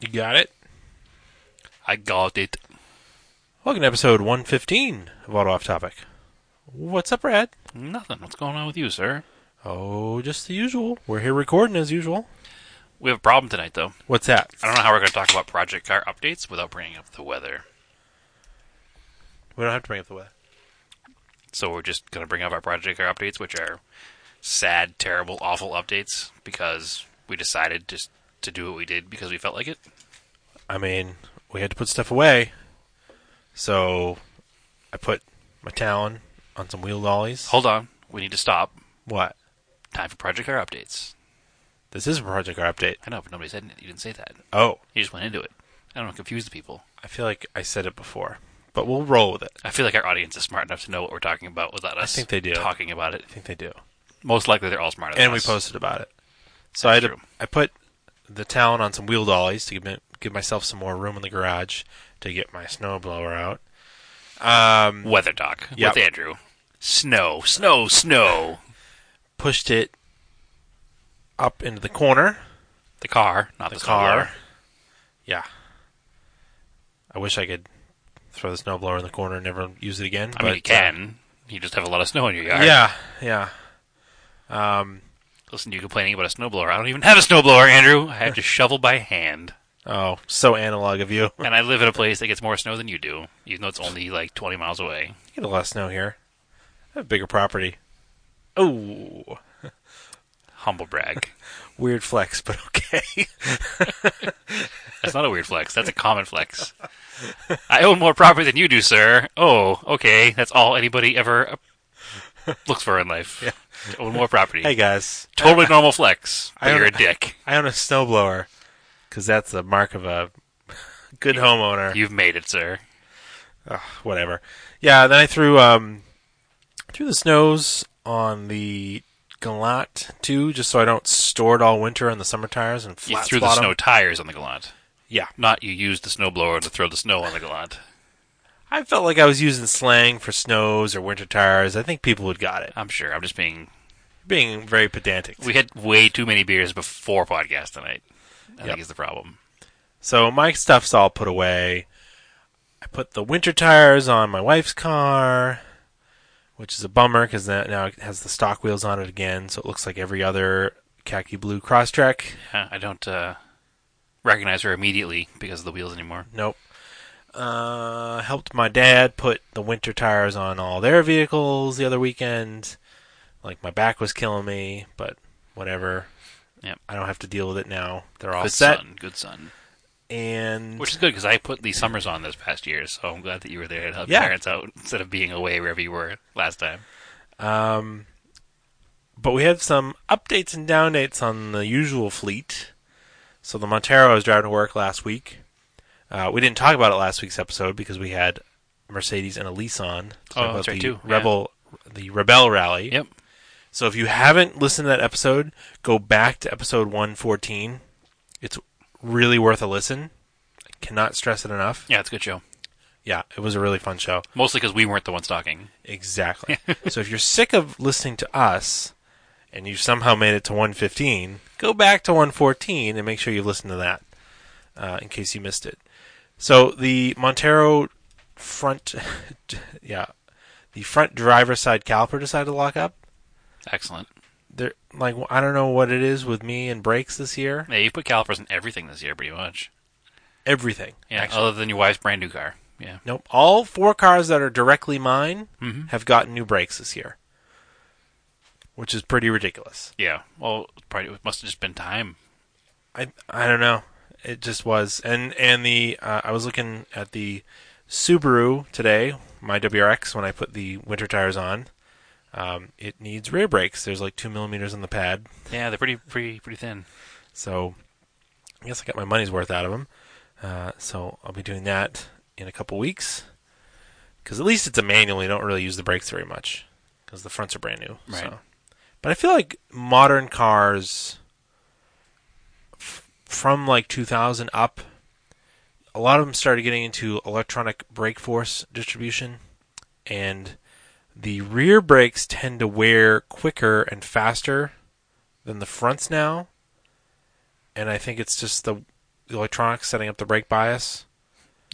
You got it? I got it. Welcome to episode 115 of Auto Off Topic. What's up, Brad? Nothing. What's going on with you, sir? Oh, just the usual. We're here recording as usual. We have a problem tonight, though. What's that? I don't know how we're going to talk about project car updates without bringing up the weather. We don't have to bring up the weather. So we're just going to bring up our project car updates, which are sad, terrible, awful updates because we decided just to do what we did because we felt like it. I mean, we had to put stuff away. So I put my Talon on some wheel dollies. Hold on. We need to stop. What? Time for project car updates. This is a project car update. I know, but nobody said it. You didn't say that. Oh, You just went into it. I don't want to confuse the people. I feel like I said it before, but we'll roll with it. I feel like our audience is smart enough to know what we're talking about without us think they do. talking about it. I think they do. Most likely they're all smarter than and we us. posted about it. So That's I had to, true. I put the Talon on some wheel dollies to give me, give myself some more room in the garage to get my snowblower out. Um, Weather Doc Yep. with Andrew. Snow, snow, snow. pushed it up into the corner, The car, not the, the, car. snowblower. Yeah. I wish I could throw the snowblower in the corner and never use it again. I mean, you but, uh, can. You just have a lot of snow in your yard. yeah, yeah. Um, Listen, to you complaining about a snowblower. I don't even have a snowblower, Andrew. I have to shovel by hand, oh, so analog of you. and I live in a place that gets more snow than you do, even though it's only like 20 miles away. Get a lot of snow here. I have a bigger property. Oh, Humble brag. weird flex, but okay. That's not a weird flex. That's a common flex. I own more property than you do, sir. Oh, okay. That's all anybody ever uh, looks for in life. To Own more property. hey guys, totally normal flex. I But own- you're a dick. I own a snowblower because that's the mark of a good homeowner. You've made it, sir. Whatever. Yeah. Then I threw um threw the snows on the Galant too, just so I don't store it all winter on the summer tires and You flat threw the spot 'em. snow tires on the Gallant. Yeah, Not you used the snowblower to throw the snow on the Gallant. I felt like I was using slang for snows or winter tires. I think people would got it. I'm sure. I'm just being. Being very pedantic. We had way too many beers before podcast tonight. Yep. I think is the problem. So my stuff's all put away. I put the winter tires on my wife's car, which is a bummer because now it has the stock wheels on it again, so it looks like every other khaki blue crosstrek. Yeah, I don't uh, recognize her immediately because of the wheels anymore. Nope. Uh, helped my dad put the winter tires on all their vehicles the other weekend. Like my back was killing me, but whatever. Yep. I don't have to deal with it now. They're all good set. son. Good son. And Which is good because I put the summers on this past year, so I'm glad that you were there to help Yeah. your parents out instead of being away wherever you were last time. Um, but we had some updates and down dates on the usual fleet. So the Montero I was driving to work last week. Uh, we didn't talk about it last week's episode because we had Mercedes and a lease on. to talk Oh, about that's right, the too. Yeah. Rebel, the Rebel Rally. Yep. So if you haven't listened to that episode, go back to episode 114. It's really worth a listen. I cannot stress it enough. Yeah, it's a good show. Yeah, it was a really fun show. Mostly because we weren't the ones talking. Exactly. so if you're sick of listening to us and you somehow made it to 115, go back to 114 and make sure you listen to that uh, in case you missed it. So the Montero front, yeah, the front driver side caliper decided to lock up. Excellent. They're like I don't know what it is with me and brakes this year. Yeah, you put calipers in everything this year, pretty much. Everything. Yeah, Actually. other than your wife's brand new car. Yeah. Nope. All four cars that are directly mine Mhm. have gotten new brakes this year, which is pretty ridiculous. Yeah. Well, probably it must have just been time. I I don't know. It just was, and and the uh, I was looking at the Subaru today, my WRX. When I put the winter tires on, um, it needs rear brakes. There's like two millimeters on the pad, Yeah, they're pretty, pretty, pretty thin. so I guess I got my money's worth out of them. Uh, so I'll be doing that in a couple weeks. Because at least it's a manual. You don't really use the brakes very much because the fronts are brand new. Right. so. But I feel like modern cars f- from like 2000 up, a lot of them started getting into electronic brake force distribution, and the rear brakes tend to wear quicker and faster than the fronts now. And I think it's just the the electronics setting up the brake bias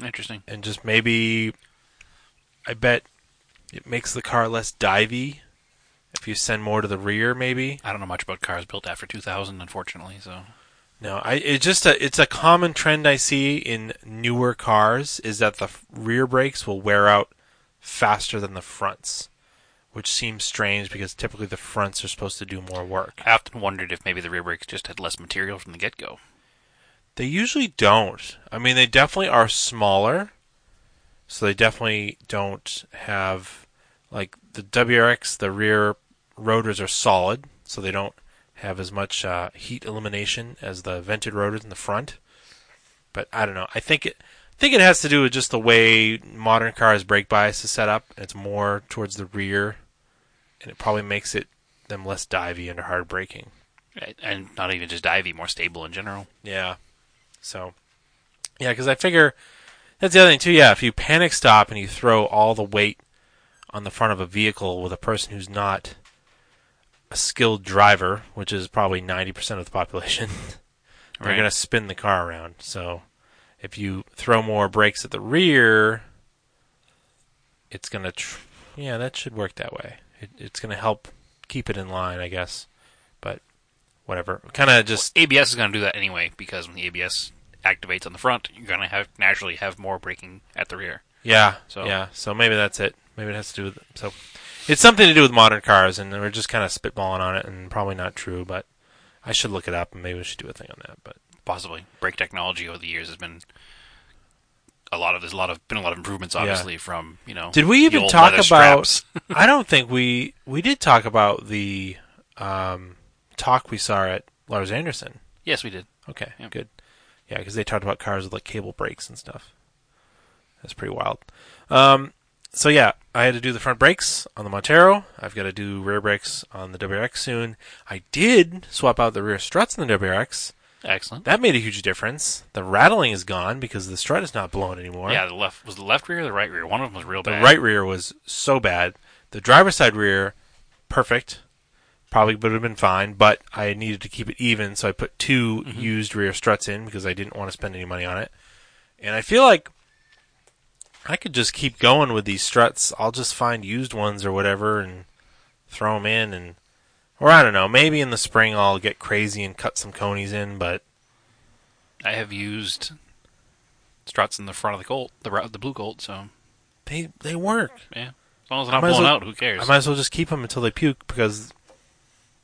Interesting. and just maybe I bet it makes the car less divey if you send more to the rear maybe. I don't know much about cars built after 2000, unfortunately. So No, I it's just a it's a common trend I see in newer cars is that the f- rear brakes will wear out faster than the fronts, which seems strange because typically the fronts are supposed to do more work. I often wondered if maybe the rear brakes just had less material from the get go. They usually don't. I mean, they definitely are smaller, so they definitely don't have like the WRX. The rear rotors are solid, so they don't have as much uh, heat elimination as the vented rotors in the front. But I don't know. I think it. I think it has to do with just the way modern cars brake bias is set up. It's more towards the rear, and it probably makes it them less divey under hard braking. Right, And not even just divey, more stable in general. Yeah. So, yeah, because I figure that's the other thing too. Yeah, if you panic stop and you throw all the weight on the front of a vehicle with a person who's not a skilled driver, which is probably ninety percent of the population, they're Right. gonna spin the car around. So, if you throw more brakes at the rear, it's gonna. Tr- yeah, that should work that way. It, it's gonna help keep it in line, I guess. But whatever, kind of just ABS is going to do that anyway because when the ABS activates on the front, you're going to have naturally have more braking at the rear. Yeah. So- yeah. So maybe that's it. Maybe it has to do with so. It's something to do with modern cars, and we're just kind of spitballing on it, and probably not true, but I should look it up, and maybe we should do a thing on that. But Possibly brake technology over the years has been a lot of there's a lot of been a lot of improvements obviously from you know Did we the even old talk leather about- straps. I don't think we we did talk about the um, talk we saw at Lars Anderson. yes we did Okay, Yeah. good. Yeah, because they talked about cars with like cable brakes and stuff. That's pretty wild. Um, so yeah, I had to do the front brakes on the Montero. I've got to do rear brakes on the WRX soon. I did swap out the rear struts in the WRX. excellent That made a huge difference. The rattling is gone because the strut is not blown anymore. yeah the left was the left rear or the right rear one of them was real The bad right rear was so bad. The driver's side rear, perfect. Probably would have been fine, but I needed to keep it even, so I put 2 Mm-hmm. used rear struts in because I didn't want to spend any money on it. And I feel like I could just keep going with these struts. I'll just find used ones or whatever and throw them in, and or I don't know. Maybe in the spring I'll get crazy and cut some conies in, but I have used struts in the front of the Colt the ro- the blue Colt so they they work. yeah as long as they're not might as blown well- out who cares I might as well just keep them until they puke because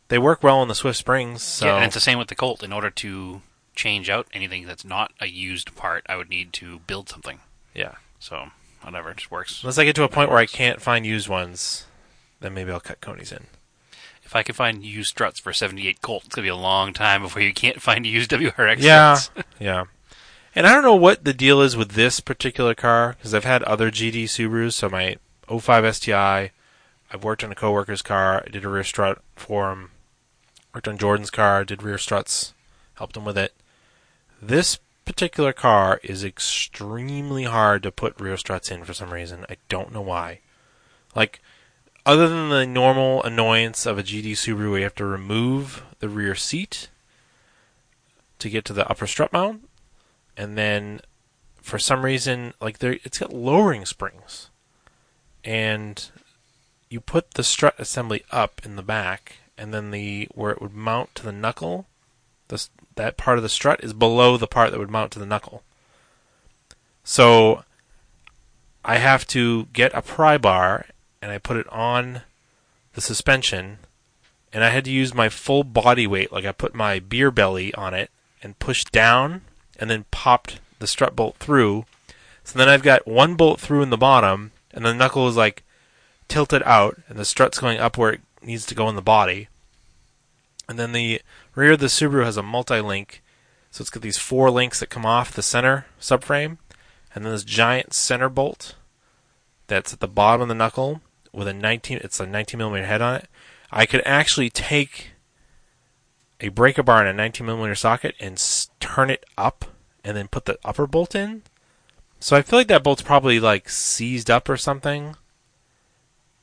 they work well in the Swift Springs. So Yeah, and it's the same with the Colt. In order to change out anything that's not a used part, I would need to build something. Yeah. So whatever, it just works. Unless I get to a point where I can't find used ones, then maybe I'll cut conies in. If I can find used struts for a '78 Colt, it's gonna be a long time before you can't find used WRX. Yeah. struts. yeah. And I don't know what the deal is with this particular car because I've had other GD Subarus. So my 05 STI, I've worked on a coworker's car. I did a rear strut for him. Worked on Jordan's car. Did rear struts. Helped him with it. This particular car is extremely hard to put rear struts in for some reason. I don't know why. Like, other than the normal annoyance of a GD Subaru, where you have to remove the rear seat to get to the upper strut mount, and then for some reason, like there, it's got lowering springs, and you put the strut assembly up in the back, and then the where it would mount to the knuckle, this that part of the strut is below the part that would mount to the knuckle. So I have to get a pry bar and I put it on the suspension and I had to use my full body weight like I put my beer belly on it and pushed down and then popped the strut bolt through. So then I've got one bolt through in the bottom and the knuckle is like tilted out and the strut's going up where it needs to go in the body. And then the rear of the Subaru has a multi-link. So it's got these four links that come off the center subframe and then this giant center bolt that's at the bottom of the knuckle with a 19 it's a 19 millimeter head on it i could actually take a breaker bar in a 19 millimeter socket and s- turn it up and then put the upper bolt in so i feel like that bolt's probably like seized up or something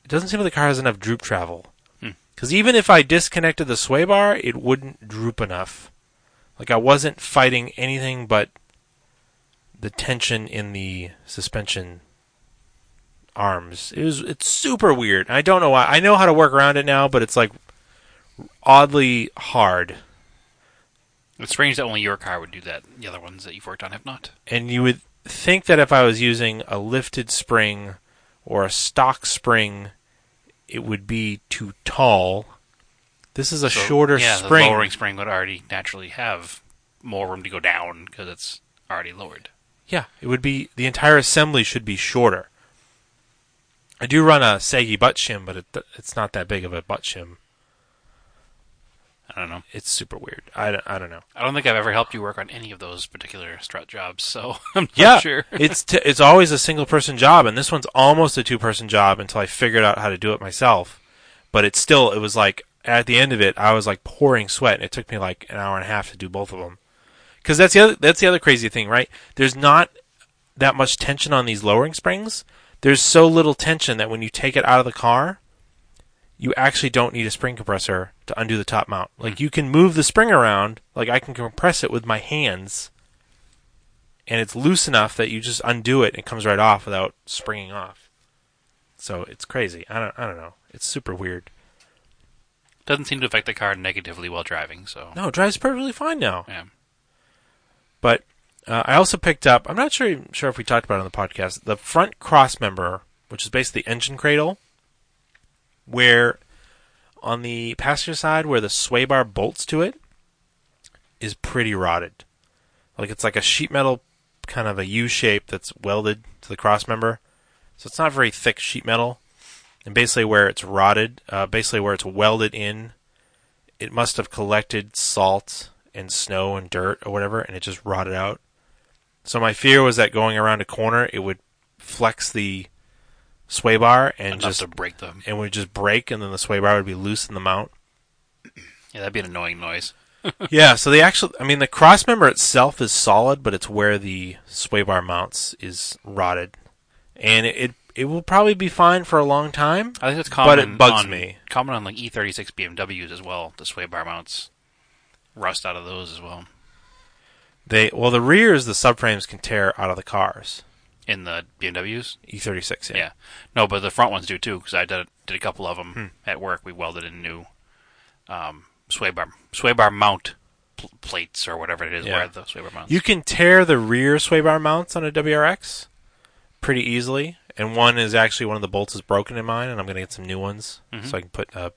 it doesn't seem like the car has enough droop travel Hmm. because even if i disconnected the sway bar it wouldn't droop enough like i wasn't fighting anything but the tension in the suspension arms. It was it's super weird. I don't know why. I know how to work around it now, but it's like oddly hard. It's strange that only your car would do that. The other ones that you've worked on have not. And you would think that if I was using a lifted spring or a stock spring, it would be too tall. This is a So, shorter yeah, spring. The lowering spring would already naturally have more room to go down because it's already lowered. Yeah, it would be the entire assembly should be shorter. I do run a saggy butt shim, but it, it's not that big of a butt shim. I don't know. It's super weird. I, don't- I don't know. I don't think I've ever helped you work on any of those particular strut jobs, so I'm not Yeah, sure. it's t- it's always a single person job, and this one's almost a two person job until I figured out how to do it myself. But it's still it was like at the end of it, I was like pouring sweat, and it took me like an hour and a half to do both of them. Because that's the other that's the other crazy thing, right? There's not that much tension on these lowering springs. There's so little tension that when you take it out of the car, you actually don't need a spring compressor to undo the top mount. Like you can move the spring around, like I can compress it with my hands and it's loose enough that you just undo it and it comes right off without springing off. So it's crazy. I don't I don't know. It's super weird. Doesn't seem to affect the car negatively while driving, so No, it drives perfectly fine now. yeah. But uh, I also picked up. I'm not sure sure if we talked about it on the podcast the front cross member, which is basically the engine cradle, where on the passenger side where the sway bar bolts to it is pretty rotted. Like it's like a sheet metal kind of a U shape that's welded to the cross member, so it's not very thick sheet metal. And basically, where it's rotted, uh, basically where it's welded in, it must have collected salt and snow and dirt or whatever, and it just rotted out. So my fear was that going around a corner, it would flex the sway bar and Enough just to break them. and would just break, and then the sway bar would be loose in the mount. Yeah, that'd be an annoying noise. yeah, so the actual, I mean, the cross member itself is solid, but it's where the sway bar mounts is rotted, and it it, it will probably be fine for a long time. I think that's common. But it bugs on, me. Common on like E E36 BMWs as well. The sway bar mounts rust out of those as well. They well, the rears, the subframes can tear out of the cars. E In the BMWs, E36, yeah. No, but the front ones do too. Because I did did a couple of them Hmm. at work. We welded in new um, sway bar sway bar mount pl- plates or whatever it is Yeah. where the sway bar mounts. You can tear the rear sway bar mounts on a WRX pretty easily, and one is actually one of the bolts is broken in mine, and I'm going to get some new ones so I can put a,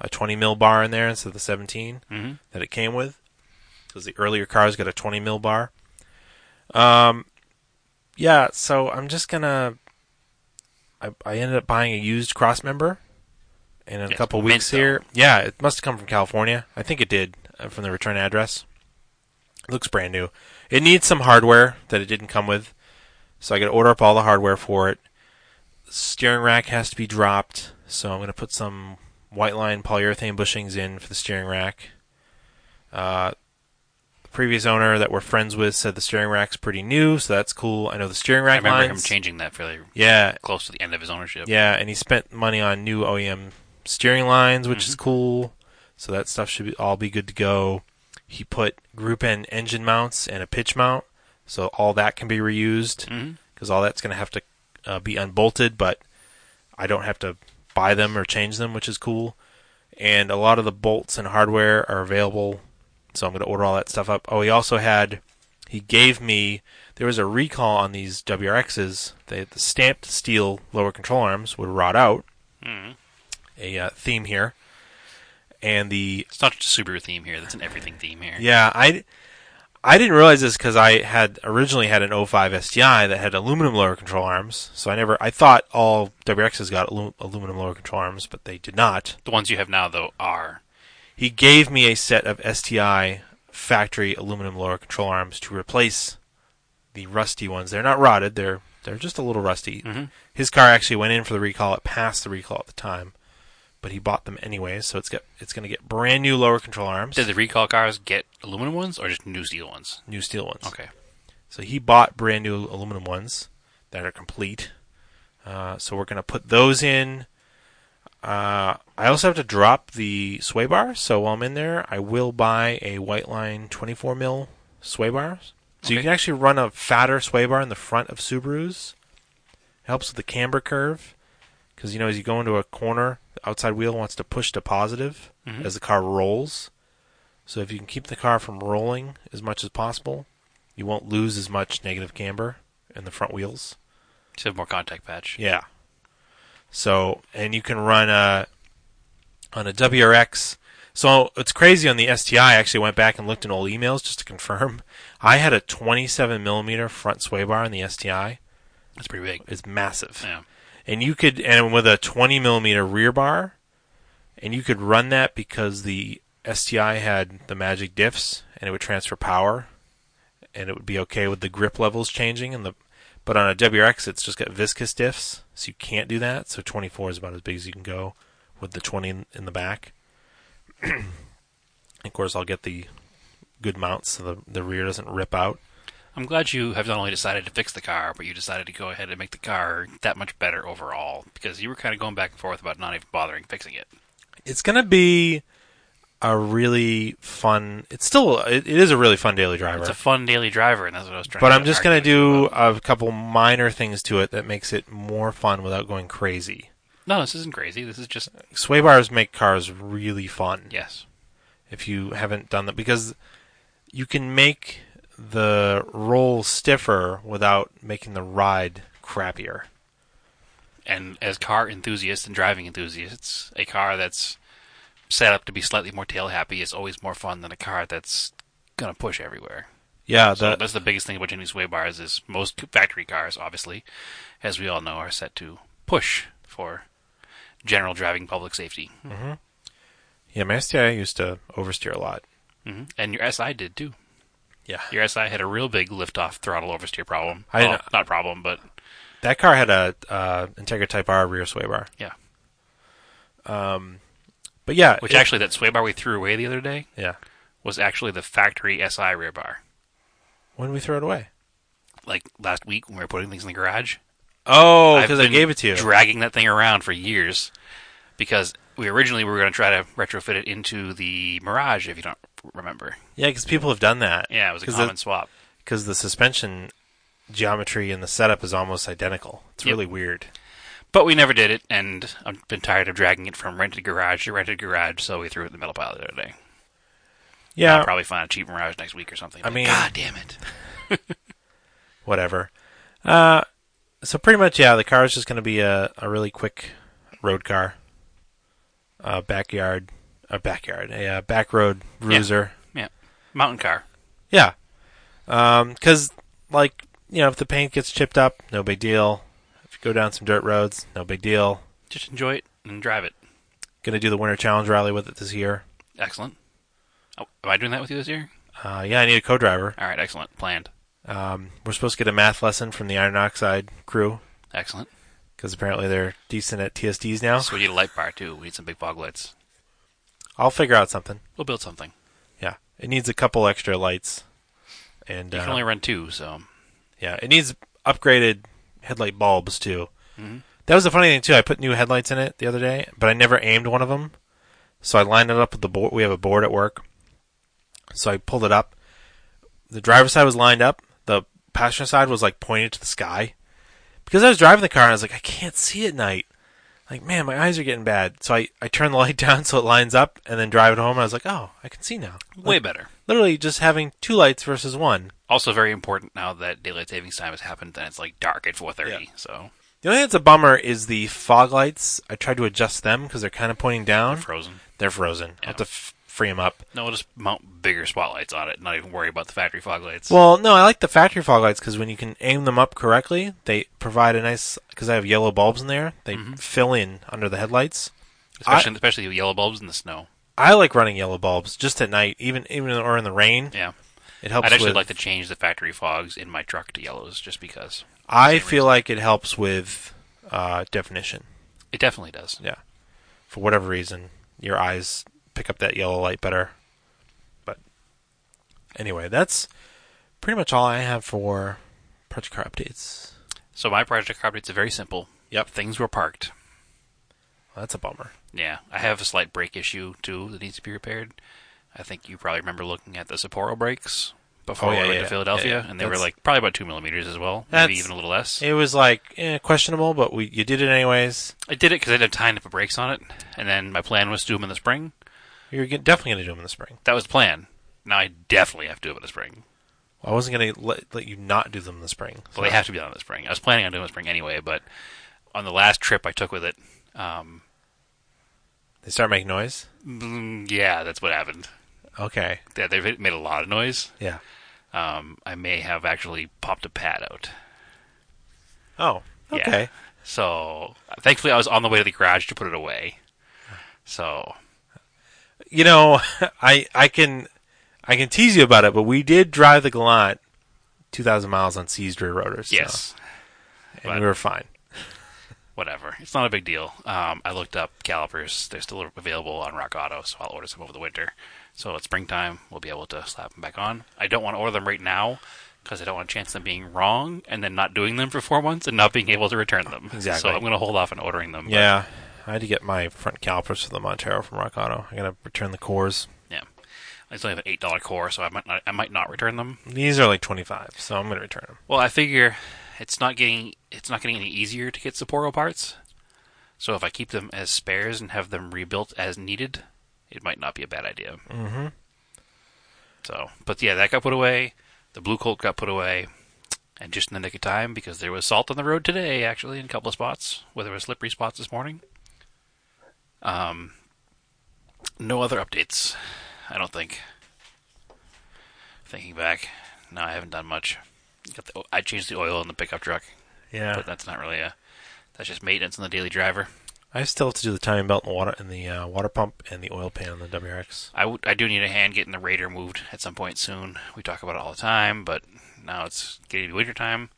a 20 mil bar in there instead of the 17 Mhm. that it came with, because the earlier cars got a 20 mil bar. Um, yeah, so I'm just gonna. I, I ended up buying a used cross member in a Yes, couple mint weeks here. Yeah, it must have come from California. I think it did uh, from the return address. It looks brand new. It needs some hardware that it didn't come with, so I got to order up all the hardware for it. Steering rack has to be dropped, so I'm going to put some white line polyurethane bushings in for the steering rack. Uh, the previous owner that we're friends with said the steering rack's pretty new, so that's cool. I know the steering I rack remember lines. him changing that fairly yeah, close to the end of his ownership. yeah, and he spent money on new OEM steering lines, which is cool. So that stuff should be, all be good to go. He put group N engine mounts and a pitch mount, so all that can be reused hmm because all that's going to have to uh, be unbolted, but I don't have to buy them or change them, which is cool. And a lot of the bolts and hardware are available, so I'm going to order all that stuff up. Oh, he also had, he gave me, there was a recall on these WRXs. They, the stamped steel lower control arms would rot out, hmm a uh, theme here. And the It's not just a Subaru theme here. That's an everything theme here. yeah, I I didn't realize this because I had originally had an 05 STI that had aluminum lower control arms. So I never I thought all WRXs got alu- aluminum lower control arms, but they did not. The ones you have now though are He gave me a set of STI factory aluminum lower control arms to replace the rusty ones. They're not rotted. They're they're just a little rusty. Mhm. His car actually went in for the recall. It passed the recall at the time, but he bought them anyway. So it's got it's going to get brand new lower control arms, Did the recall cars get aluminum ones or just new steel ones? new steel ones. Okay. So he bought brand new aluminum ones that are complete. Uh, so we're going to put those in. Uh, I also have to drop the sway bar. So while I'm in there, I will buy a white line 24 mil sway bar So you can actually run a fatter sway bar in the front of Subarus. It helps with the camber curve because you know as you go into a corner, the outside wheel wants to push to positive Mhm. as the car rolls. So if you can keep the car from rolling as much as possible, you won't lose as much negative camber in the front wheels. Just have more contact patch. Yeah. So, and you can run a on a WRX. So it's crazy on the STI. I actually went back and looked in old emails just to confirm. I had a 27 millimeter front sway bar on the STI. That's pretty big. It's massive, Yeah. and you could and with a 20 millimeter rear bar, and you could run that because the STI had the magic diffs and it would transfer power, and it would be okay with the grip levels changing and the but on a WRX, it's just got viscous diffs, so you can't do that. So 24 is about as big as you can go with the 20 in, in the back. of course, I'll get the good mounts so the, the rear doesn't rip out. I'm glad you have not only decided to fix the car, but you decided to go ahead and make the car that much better overall because you were kind of going back and forth about not even bothering fixing it. It's going to be a really fun. It's still it, it is a really fun daily driver. It's a fun daily driver, and that's what I was trying. but to I'm just going to argue with you do about. a couple minor things to it that makes it more fun without going crazy. No, this isn't crazy. This is just Sway bars make cars really fun. yes. if you haven't done that because you can make the roll stiffer without making the ride crappier. And as car enthusiasts and driving enthusiasts, a car that's set up to be slightly more tail happy is always more fun than a car that's gonna push everywhere. Yeah, So the, that's the biggest thing about changing sway bars is most factory cars, obviously, as we all know, are set to push for general driving public safety. yeah, my STI used to oversteer a lot. hmm And your SI did too. Yeah, Your SI had a real big liftoff throttle oversteer problem. I well, know. not problem, but that car had a uh, Integra Type R rear sway bar. yeah. Um, but yeah, Which it- actually, that sway bar we threw away the other day yeah, was actually the factory SI rear bar. when did we throw it away? Like last week when we were putting things in the garage, Oh, I've because I been gave it to you. Dragging that thing around for years because we originally were going to try to retrofit it into the Mirage, if you don't remember. yeah, because people have done that. Yeah, it was a 'Cause common the- swap. because the suspension geometry and the setup is almost identical. It's Yep. really weird. But we never did it, and I've been tired of dragging it from rented garage to rented garage, so we threw it in the metal pile the other day. Yeah, I'll probably find a cheap Mirage next week or something. I Like, mean- God damn it. whatever. Uh, so pretty much, yeah, the car is just going to be a, a really quick road car, a backyard, a backyard, a, uh back road bruiser. Yeah. Mountain car. Yeah, because like you know, if the paint gets chipped up, no big deal. If you go down some dirt roads, no big deal. Just enjoy it and drive it. Gonna do the winter challenge rally with it this year. Excellent. Oh, am I doing that with you this year? Uh, yeah, I need a co-driver. All right, excellent. Planned. Um, we're supposed to get a math lesson from the iron oxide crew Excellent. because apparently they're decent at TSDs now. So we need a light bar, too. We need some big fog lights. I'll figure out something. We'll build something. Yeah, it needs a couple extra lights, and You uh, can only run two, so. yeah, it needs upgraded headlight bulbs too. That was the funny thing too. I put new headlights in it the other day, but I never aimed one of them, so I lined it up with the board. We have a board at work, so I pulled it up. The driver's side was lined up. The passenger side was like pointed to the sky, because I was driving the car and I was like, I can't see at night. Like man, my eyes are getting bad. So I I turn the light down so it lines up, and then drive it home. And I was like, oh, I can see now. Way better. literally just having two lights versus one. Also, very important now that daylight savings time has happened, then it's like dark at 4:30. So The only thing that's a bummer is the fog lights. I tried to adjust them because they're kind of pointing down. frozen. They're frozen. I have to f- free them up. No, we'll just mount bigger spotlights on it. Not even worry about the factory fog lights. Well, no, I like the factory fog lights because when you can aim them up correctly, they provide a nice. Because I have yellow bulbs in there, they fill in under the headlights. especially, especially the yellow bulbs in the snow. I like running yellow bulbs just at night, even even or in the rain. Yeah, It helps. I'd actually with, like to change the factory fogs in my truck to yellows, just because I feel like it helps with uh, definition. it definitely does. Yeah. For whatever reason, your eyes pick up that yellow light better. But anyway, that's pretty much all I have for Project Car updates. So my project car updates are very simple. Yep. things were parked. Well, that's a bummer. Yeah, I have a slight brake issue too that needs to be repaired. I think you probably remember looking at the Sapporo brakes before Oh, yeah, I went yeah, to yeah. Philadelphia, Yeah, yeah. and they were That's- like probably about two millimeters as well, maybe That's- even a little less. It was like eh, questionable, but we you did it anyways. I did it because I didn't have time to put brakes on it, and then my plan was to do them in the spring. You're get- definitely going to do them in the spring. That was the plan. Now I definitely have to do them in the spring. I wasn't going to let, let you not do them in the spring. Well, they have to be done in the spring. I was planning on doing it in the spring anyway, but on the last trip I took with it, um, They start making noise. mm, yeah, that's what happened. Okay. Yeah, they've made a lot of noise. Yeah. Um, I may have actually popped a pad out. Oh. Yeah. Okay. So thankfully, I was on the way to the garage to put it away. So You know, I I can I can tease you about it, but we did drive the Gallant 2,000 miles on seized rear rotors. so- yes, but- and we were fine. whatever. It's not a big deal. Um, I looked up calipers; they're still available on Rock Auto, so I'll order some over the winter. So it's springtime; we'll be able to slap them back on. I don't want to order them right now because I don't want to chance them being wrong and then not doing them for four months and not being able to return them. So Exactly. I'm going to hold off on ordering them. but- Yeah. I had to get my front calipers for the Montero from Rock Auto. I got to return the cores. yeah. I still have an eight dollar core, so I might not, I might not return them. These are like 25, so I'm going to return them. Well, I figure it's not getting it's not getting any easier to get Sapporo parts. So if I keep them as spares and have them rebuilt as needed, it might not be a bad idea. Mm-hmm. So, but yeah, that got put away. The blue colt got put away, and just in the nick of time because there was salt on the road today, actually, in a couple of spots where there were slippery spots this morning. Um, no other updates, I don't think. Thinking back, no, I haven't done much. Got the, I changed the oil in the pickup truck, Yeah. but that's not really a. That's just maintenance on the daily driver. I still have to do the timing belt and water and the uh, water pump and the oil pan on the WRX. I, w- I do need a hand getting the Raider moved at some point soon. We talk about it all the time, but now it's getting to be winter time,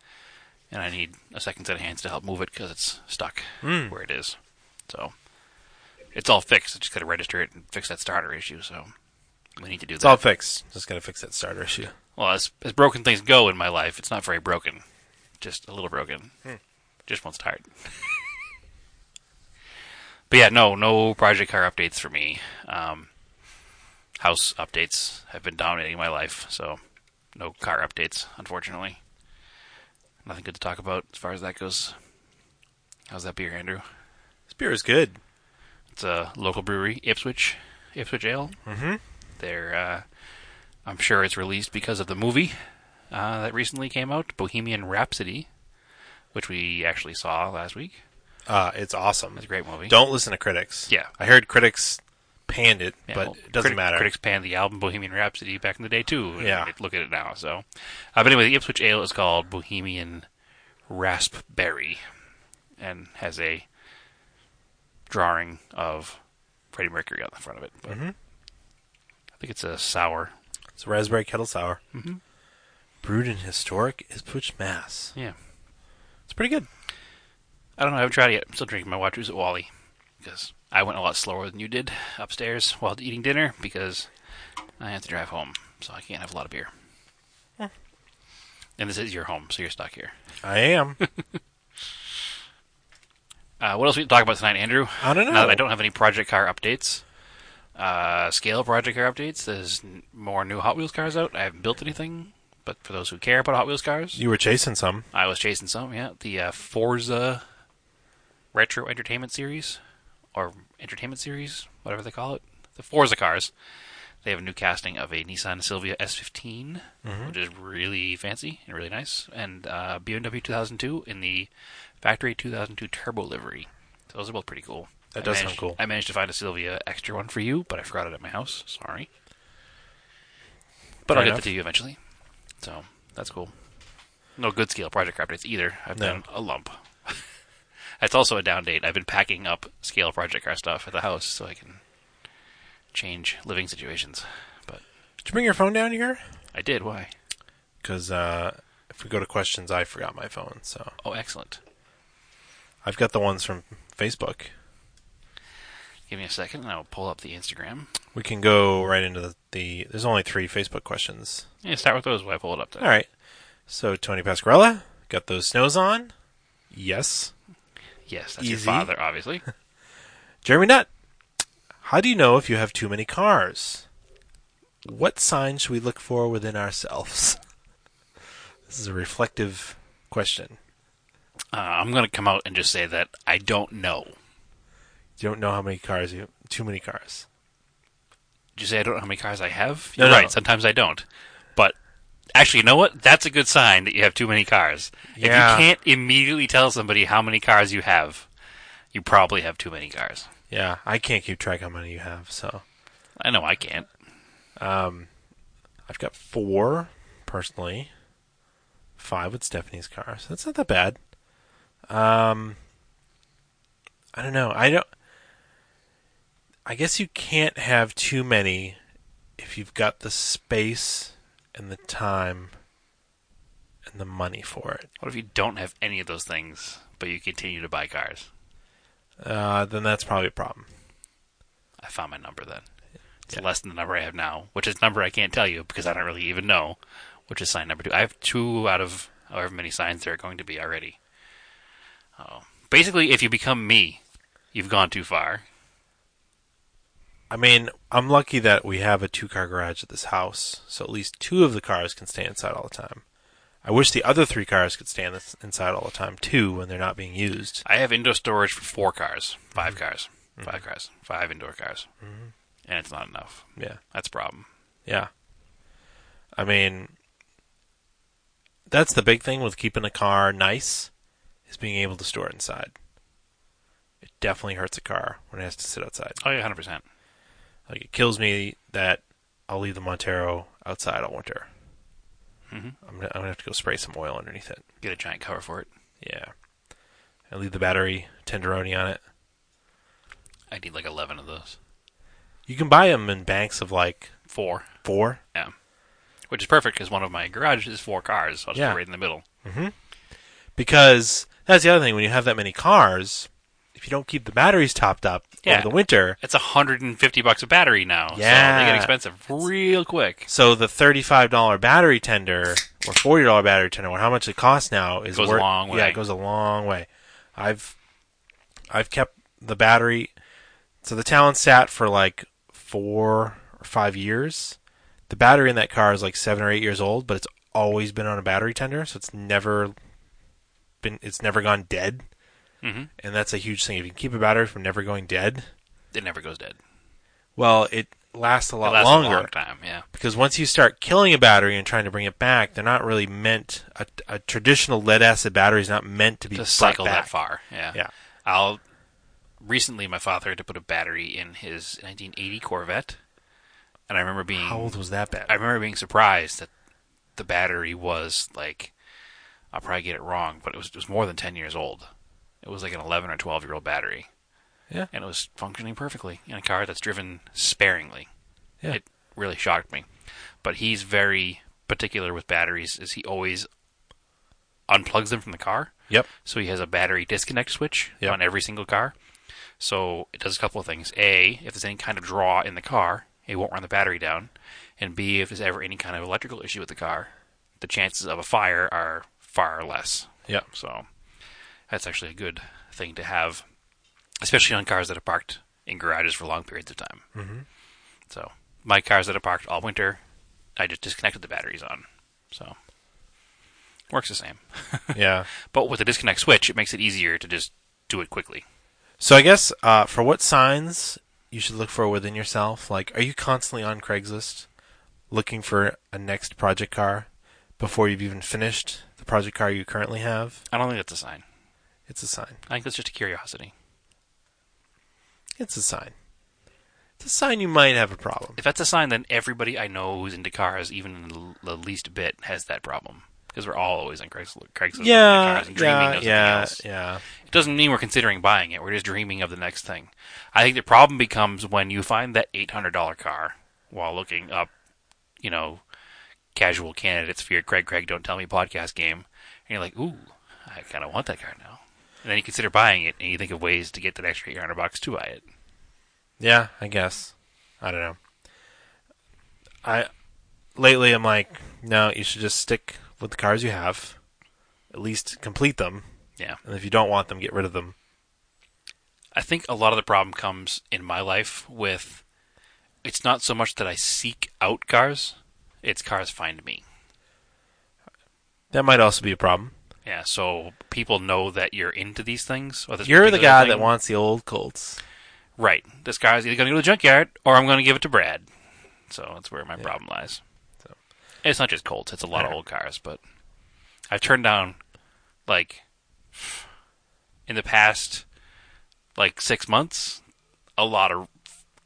and I need a second set of hands to help move it because it's stuck Mm. where it is. So it's all fixed. I just got to register it and fix that starter issue. So we need to do It's that. all fixed. Just got to fix that starter issue. well, as, as broken things go in my life, it's not very broken. Just a little broken. Just once tired. but yeah, no, no project car updates for me. Um, house updates have been dominating my life, so no car updates, unfortunately. Nothing good to talk about as far as that goes. How's that beer, Andrew? This beer is good. It's a local brewery, Ipswich, Ipswich Ale. Mhm. They're, uh, I'm sure it's released because of the movie uh, that recently came out, Bohemian Rhapsody, which we actually saw last week. Uh, it's awesome. It's a great movie. Don't listen to critics. Yeah. I heard critics panned it, Yeah, but well, it doesn't critic- matter. Critics panned the album Bohemian Rhapsody back in the day too. and Yeah. look at it now. So, uh, but anyway, the Ipswich Ale is called Bohemian Raspberry, and has a drawing of Freddie Mercury on the front of it. But Mhm. I think it's a sour. It's a raspberry kettle sour. Mhm. Brewed in historic Ipswich, Mass. Yeah. It's pretty good. I don't know. I haven't tried it yet. I'm still drinking my Watchers at Wally because I went a lot slower than you did upstairs while eating dinner because I have to drive home, so I can't have a lot of beer. And this is your home, so you're stuck here. I am. Uh, what else we can talk about tonight, Andrew? I don't know. Now that I don't have any project car updates, uh, scale project car updates. There's n- more new Hot Wheels cars out. I haven't built anything, but for those who care about Hot Wheels cars, You were chasing some. I was chasing some. Yeah, the uh, Forza Retro Entertainment Series, or Entertainment Series, whatever they call it. The Forza cars. They have a new casting of a Nissan Silvia S15, Mm-hmm. which is really fancy and really nice, and uh, BMW 2002 in the factory 2002 turbo livery. So those are both pretty cool. That I does sound managed- cool. I managed to find a Silvia extra one for you, but I forgot it at my house. Sorry. But Fair I'll get enough. that to you eventually. So that's cool. No good scale project updates either. I've No. been a lump. That's also a down date. I've been packing up scale project car stuff at the house so I can change living situations. But Did you bring your phone down here? I did. Why? Because uh, if we go to questions, I forgot my phone. So Oh, excellent. I've got the ones from Facebook. Give me a second and I'll pull up the Instagram. We can go right into the. the there's only three Facebook questions. Yeah, start with those when I pull it up then. All right. So Tony Pasquarella, got those snows on? Yes. Yes, that's your Easy. father, obviously. Jeremy Nutt, how do you know if you have too many cars? What signs should we look for within ourselves? This is a reflective question. Uh, I'm going to come out and just say that I don't know. You don't know how many cars you too many cars. Did you say I don't know how many cars I have? No, You're no. right. Sometimes I don't. But actually, you know what? That's a good sign that you have too many cars. Yeah. If you can't immediately tell somebody how many cars you have, you probably have too many cars. Yeah, I can't keep track how many you have, so I know I can't. I've got four personally. Five with Stephanie's car, so that's not that bad. Um, I don't know. I don't. I guess you can't have too many if you've got the space and the time and the money for it. What if you don't have any of those things, but you continue to buy cars? Uh, then that's probably a problem. I found my number then. It's Yeah. less than the number I have now, which is number I can't tell you because I don't really even know, which is sign number two. I have two out of however many signs there are going to be already. Oh. Basically, if you become me, you've gone too far. I mean, I'm lucky that we have a two car garage at this house, so at least two of the cars can stay inside all the time. I wish the other three cars could stay in this, inside all the time too when they're not being used. I have indoor storage for four cars, 5 Mm-hmm. cars, 5 cars, five indoor cars, and it's not enough. Yeah, That's a problem. yeah. I mean, that's the big thing with keeping a car nice is being able to store it inside. It definitely hurts a car when it has to sit outside. Oh yeah, hundred percent. Like it kills me that I'll leave the Montero outside all winter. Mhm. I'm, gonna, I'm gonna have to go spray some oil underneath it. Get a giant cover for it. Yeah. I leave the battery tenderoni on it. I need like eleven of those. You can buy them in banks of like Four. four. Yeah. Which is perfect because one of my garages is four cars. So I'll just Yeah. go right in the middle. Because that's the other thing. When you have that many cars, if you don't keep the batteries topped up Yeah. over the winter, It's 150 bucks a battery now. So they Yeah. get expensive real quick. so the $35 battery tender or $40 battery tender, or how much it costs now, is Goes a worth- long Yeah, way. it goes a long way. I've I've kept the battery. So the Talon sat for like four or five years. The battery in that car is like seven or eight years old, but it's always been on a battery tender, so it's never been. It's never gone dead, Mhm. and that's a huge thing. If you can keep a battery from never going dead, It never goes dead. well, it lasts a It lot lasts longer a long time. Yeah. because once you start killing a battery and trying to bring it back, they're not really meant. A, a traditional lead acid battery is not meant to be To brought cycle back. that far. Yeah. Yeah. I'll. Recently, my father had to put a battery in his 1980 Corvette, and I remember being How old was that I battery? remember being surprised that the battery was like I'll probably get it wrong, but it was it was more than ten years old. It was like an eleven or twelve year old battery. Yeah. And it was functioning perfectly in a car that's driven sparingly. Yeah. It really shocked me. But he's very particular with batteries is he always unplugs them from the car. Yep. So he has a battery disconnect switch Yep. on every single car. So it does a couple of things. A, if there's any kind of draw in the car, it won't run the battery down. And B, if there's ever any kind of electrical issue with the car, the chances of a fire are far less. Yep. So that's actually a good thing to have, especially on cars that are parked in garages for long periods of time. Mm-hmm. So my cars that are parked all winter, I just disconnected the batteries on. So works the same. yeah. But with the disconnect switch, it makes it easier to just do it quickly. So I guess uh, for what signs you should look for within yourself, like are you constantly on Craigslist looking for a next project car before you've even finished the project car you currently have? I don't think that's a sign. It's a sign. I think that's just a curiosity. It's a sign. It's a sign you might have a problem. If that's a sign, then everybody I know who's into cars, even in the l- the least bit, has that problem. Because we're all always on Craigs- Craigslist. looking at Yeah, cars and dreaming of yeah, something yeah, yeah. else. It doesn't mean we're considering buying it. We're just dreaming of the next thing. I think the problem becomes when you find that $800 car while looking up, you know, casual candidates for your Craig Craig Don't Tell Me podcast game. And you're like, ooh, I kind of want that car now. And then you consider buying it and you think of ways to get that extra 800 bucks to buy it. Yeah, I guess. I don't know. I lately I'm like, no, you should just stick with the cars you have. At least complete them. Yeah. And if you don't want them, get rid of them. I think a lot of the problem comes in my life with it's not so much that I seek out cars; it's cars find me. That might also be a problem. Yeah, so people know that you're into these things. Or this You're the particular guy that thing. wants the old Colts. right. This car's either going to go to the junkyard or I'm going to give it to Brad. So that's where my problem lies. So. And It's not just Colts; it's a lot of Yeah. old cars. But I've turned down like in the past like six months a lot of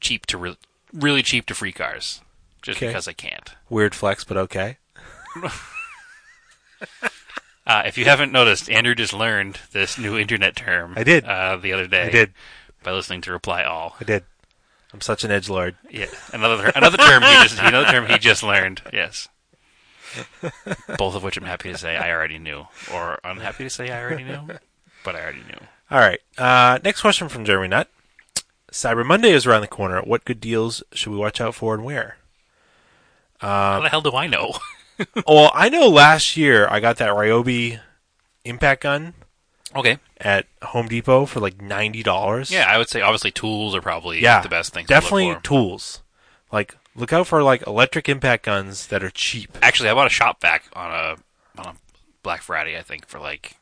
cheap to re- really cheap to free cars just Okay. because I can't. Weird flex, but okay. Uh, if you haven't noticed, Andrew just learned this new internet term. I did. uh, the other day. I did. by listening to Reply All. I did. I'm such an edge lord. Yeah, another another term he just another term he just learned. Yes, both of which I'm happy to say I already knew, or I'm happy to say I already knew, but I already knew. All right. Uh, next question from Jeremy Nutt. Cyber Monday is around the corner. What good deals should we watch out for and where? Uh, How the hell do I know? well, I know last year I got that Ryobi impact gun okay, at Home Depot for like ninety dollars. yeah, I would say obviously tools are probably yeah, the best thing. Definitely To look for. tools. Like look out for like electric impact guns that are cheap. Actually, I bought a shop vac on a on a Black Friday, I think, for like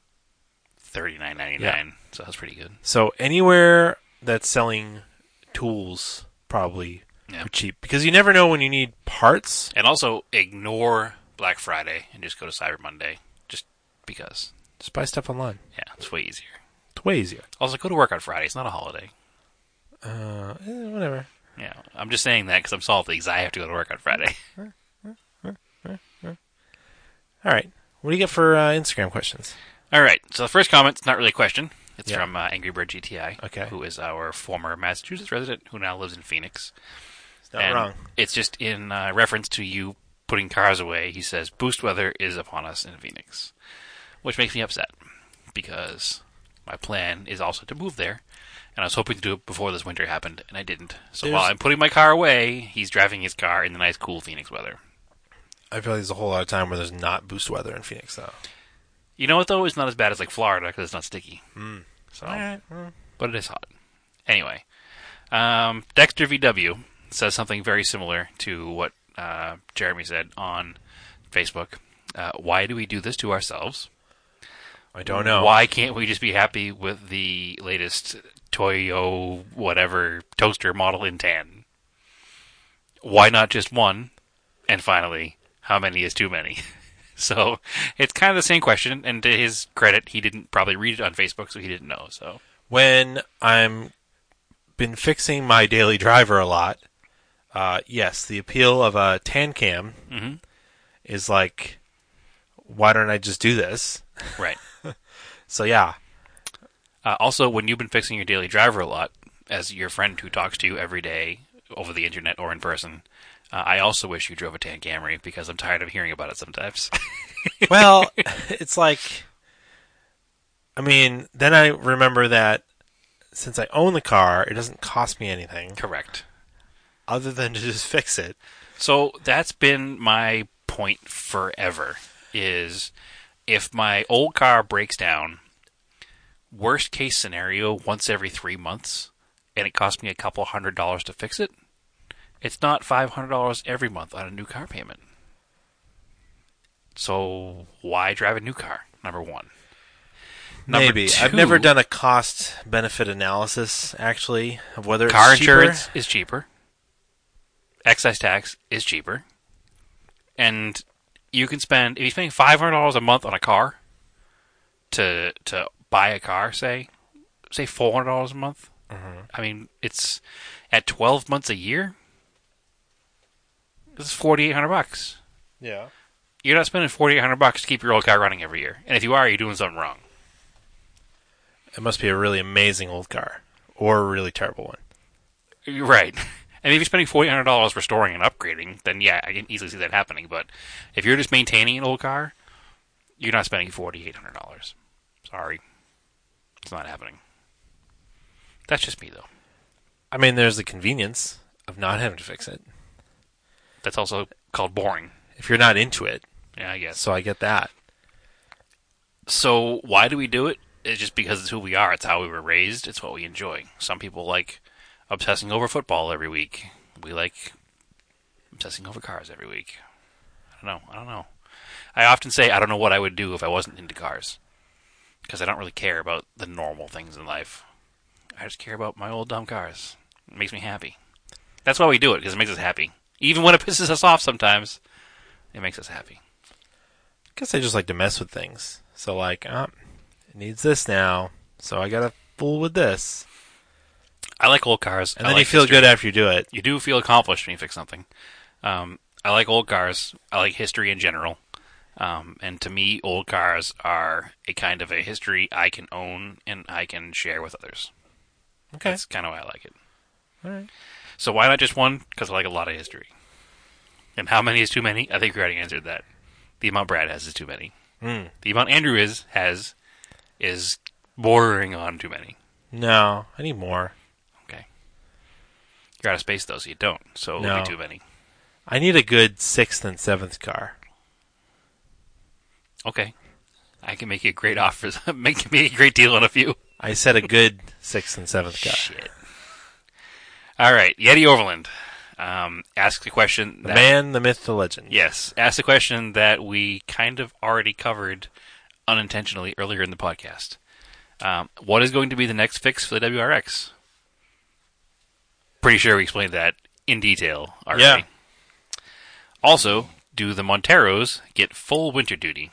thirty nine ninety nine. So that's pretty good. So anywhere that's selling tools probably Yeah. are cheap because you never know when you need parts. And also ignore Black Friday and just go to Cyber Monday, just because. Just buy stuff online. Yeah, it's way easier. It's way easier. Also, go to work on Friday. It's not a holiday. Uh, eh, whatever. Yeah, I'm just saying that because I'm salty because I have to go to work on Friday. All right. What do you get for uh, Instagram questions? All right. So the first comment's not really a question. It's Yeah. from uh, Angry Bird GTI, Okay. who is our former Massachusetts resident who now lives in Phoenix. It's not And wrong. It's just in uh, reference to you putting cars away. He says boost weather is upon us in Phoenix, which makes me upset because my plan is also to move there, and I was hoping to do it before this winter happened, and I didn't. So while There's- I'm putting my car away, he's driving his car in the nice, cool Phoenix weather. I feel like there's a whole lot of time where there's not boost weather in Phoenix though. You know what though? It's not as bad as like Florida because it's not sticky. So, but it is hot. Anyway, um, Dexter VW says something very similar to what uh, Jeremy said on Facebook. Uh, why do we do this to ourselves? I don't know. Why can't we just be happy with the latest Toyo whatever toaster model in tan? Why not just one? And finally, how many is too many? so it's kind of the same question. And to his credit, he didn't probably read it on Facebook, so he didn't know. So when I'm been fixing my daily driver a lot, uh, yes, the appeal of a tan cam Mhm. is like, why don't I just do this? right. So yeah, Uh, also, when you've been fixing your daily driver a lot, as your friend who talks to you every day over the internet or in person, uh, I also wish you drove a tan Camry because I'm tired of hearing about it sometimes. well, it's like, I mean, then I remember that since I own the car, it doesn't cost me anything Correct. other than to just fix it. So that's been my point forever is if my old car breaks down, worst case scenario, once every three months, and it costs me a couple hundred dollars to fix it, it's not five hundred dollars every month on a new car payment. So why drive a new car? Number one. Number Maybe i I've never two, done a cost benefit analysis actually of whether it's car cheaper. insurance is cheaper. Excise tax is cheaper. And you can spend if you're spending five hundred dollars a month on a car to to buy a car, say say four hundred dollars a month. Mm-hmm. I mean, it's at twelve months a year. This is forty eight hundred bucks. Yeah. You're not spending forty eight hundred bucks to keep your old car running every year, and if you are, you're doing something wrong. It must be a really amazing old car or a really terrible one. You're Right. I mean, if you're spending forty hundred dollars restoring and upgrading, then yeah, I can easily see that happening. But if you're just maintaining an old car, you're not spending forty eight hundred dollars. Sorry, it's not happening. That's just me, though. I mean, there's the convenience of not having to fix it That's also called boring. if you're not into it. Yeah, I guess. So I get that. So why do we do it? It's just because it's who we are. It's how we were raised. It's what we enjoy. Some people like obsessing over football every week. We like obsessing over cars every week. I don't know. I don't know. I often say I don't know what I would do if I wasn't into cars because I don't really care about the normal things in life. I just care about my old dumb cars. It makes me happy. That's why we do it because it makes us happy. Even when it pisses us off sometimes, it makes us happy. guess I just like to mess with things. So like, uh, it needs this now, so I gotta fool with this, I like old cars, and I then like you feel history. good after you do it. You do feel accomplished when you fix something. Um, I like old cars. I like history in general. Um, and to me, old cars are a kind of a history I can own and I can share with others. Okay, That's kind of why I like it. all right. So why not just one? Because I like a lot of history. And how many is too many? I think you already answered that. The amount Brad has is too many. Mm. The amount Andrew is has is bordering on too many. No, I need more. Okay. You're out of space though, so you don't. So it No. would be too many. I need a good sixth and seventh car. Okay. I can make you a great offer. make me a great deal on a few. I said a good sixth and seventh car. Shit. All right, Yeti Overland. Um, ask the question. The that- man, the myth, the legend. Yes, ask the question that we kind of already covered unintentionally earlier in the podcast. Um, what is going to be the next fix for the WRX? Pretty sure we explained that in detail Yeah. already. Also, do the Monteros get full winter duty?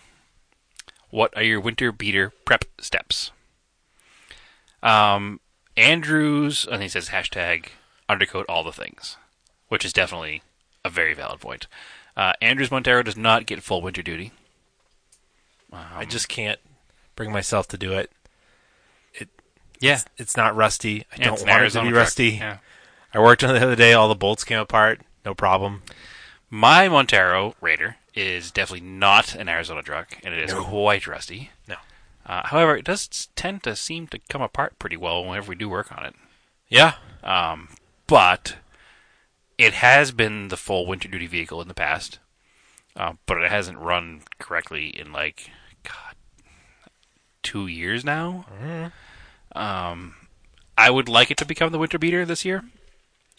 What are your winter beater prep steps? Um, Andrews, and he says hashtag undercoat all the things, which is definitely a very valid point. Uh, Andrews Montero does not get full winter duty. I just can't bring myself to do it. Yeah, It's- It's not rusty. I And don't want it's an it to Arizona be truck. rusty. Yeah. I worked on it the other day. All the bolts came apart. No problem. My Montero Raider is definitely not an Arizona truck, and it is quite rusty. No. Uh, however, it does tend to seem to come apart pretty well whenever we do work on it. Yeah. Um, but it has been the full winter duty vehicle in the past, uh, but it hasn't run correctly in like God two years now. Mm-hmm. Um, I would like it to become the winter beater this year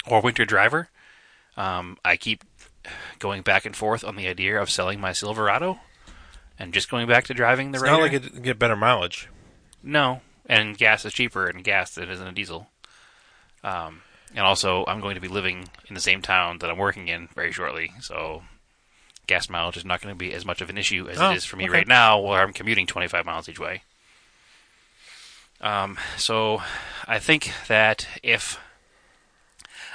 or winter driver. Um, I keep going back and forth on the idea of selling my Silverado and just going back to driving the. It's Raider. not like it can get better mileage. No, and gas is cheaper in gas than it is in a diesel. Um, and also, I'm going to be living in the same town that I'm working in very shortly, so gas mileage is not going to be as much of an issue as Oh, it is for me okay. right now, where I'm commuting 25 miles each way. Um, so, I think that if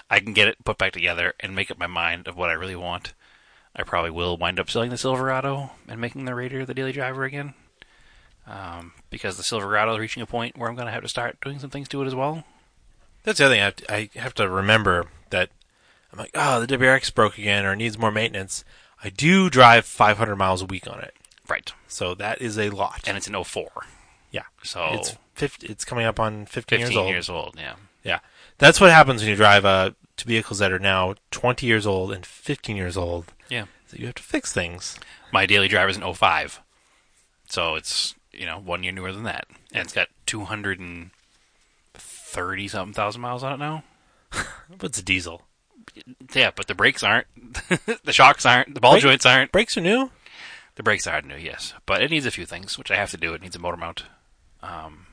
I can get it put back together and make up my mind of what I really want, I probably will wind up selling the Silverado and making the Raider the daily driver again um, because the Silverado is reaching a point where I'm going to have to start doing some things to it as well. That's the other thing I have to, I have to remember that I'm like, oh, the WRX broke again or needs more maintenance. I do drive 500 miles a week on it, Right. so that is a lot. And it's an 04. yeah, So it's 50, it's coming up on 15, 15 years old. yeah. Yeah, that's what happens when you drive uh, to vehicles that are now 20 years old and 15 years old. Yeah. So you have to fix things. My daily driver is an 05. So it's, you know, one year newer than that. And it's got 230 something thousand miles on it now. But it's a diesel. Yeah, but the brakes aren't. the shocks aren't. The ball Brake- joints aren't. Brakes are new. The brakes are new, yes, but it needs a few things, which I have to do. It needs a motor mount. Um,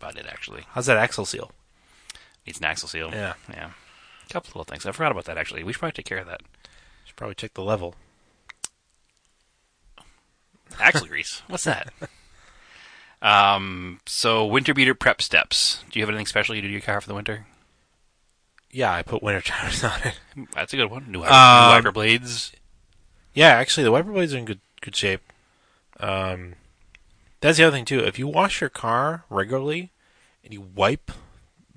about it actually How's that axle seal? needs an axle seal. Yeah. yeah. A couple little things. I forgot about that actually. We should probably take care of that. Should probably check the level. Axle grease. What's that? Um. So winter beater prep steps. Do you have anything special you do to your car for the winter? Yeah, I put winter tires on it. That's a good one. New, Um, new wiper blades. Yeah, actually, the wiper blades are in good good shape. Um, that's the other thing too. If you wash your car regularly and you wipe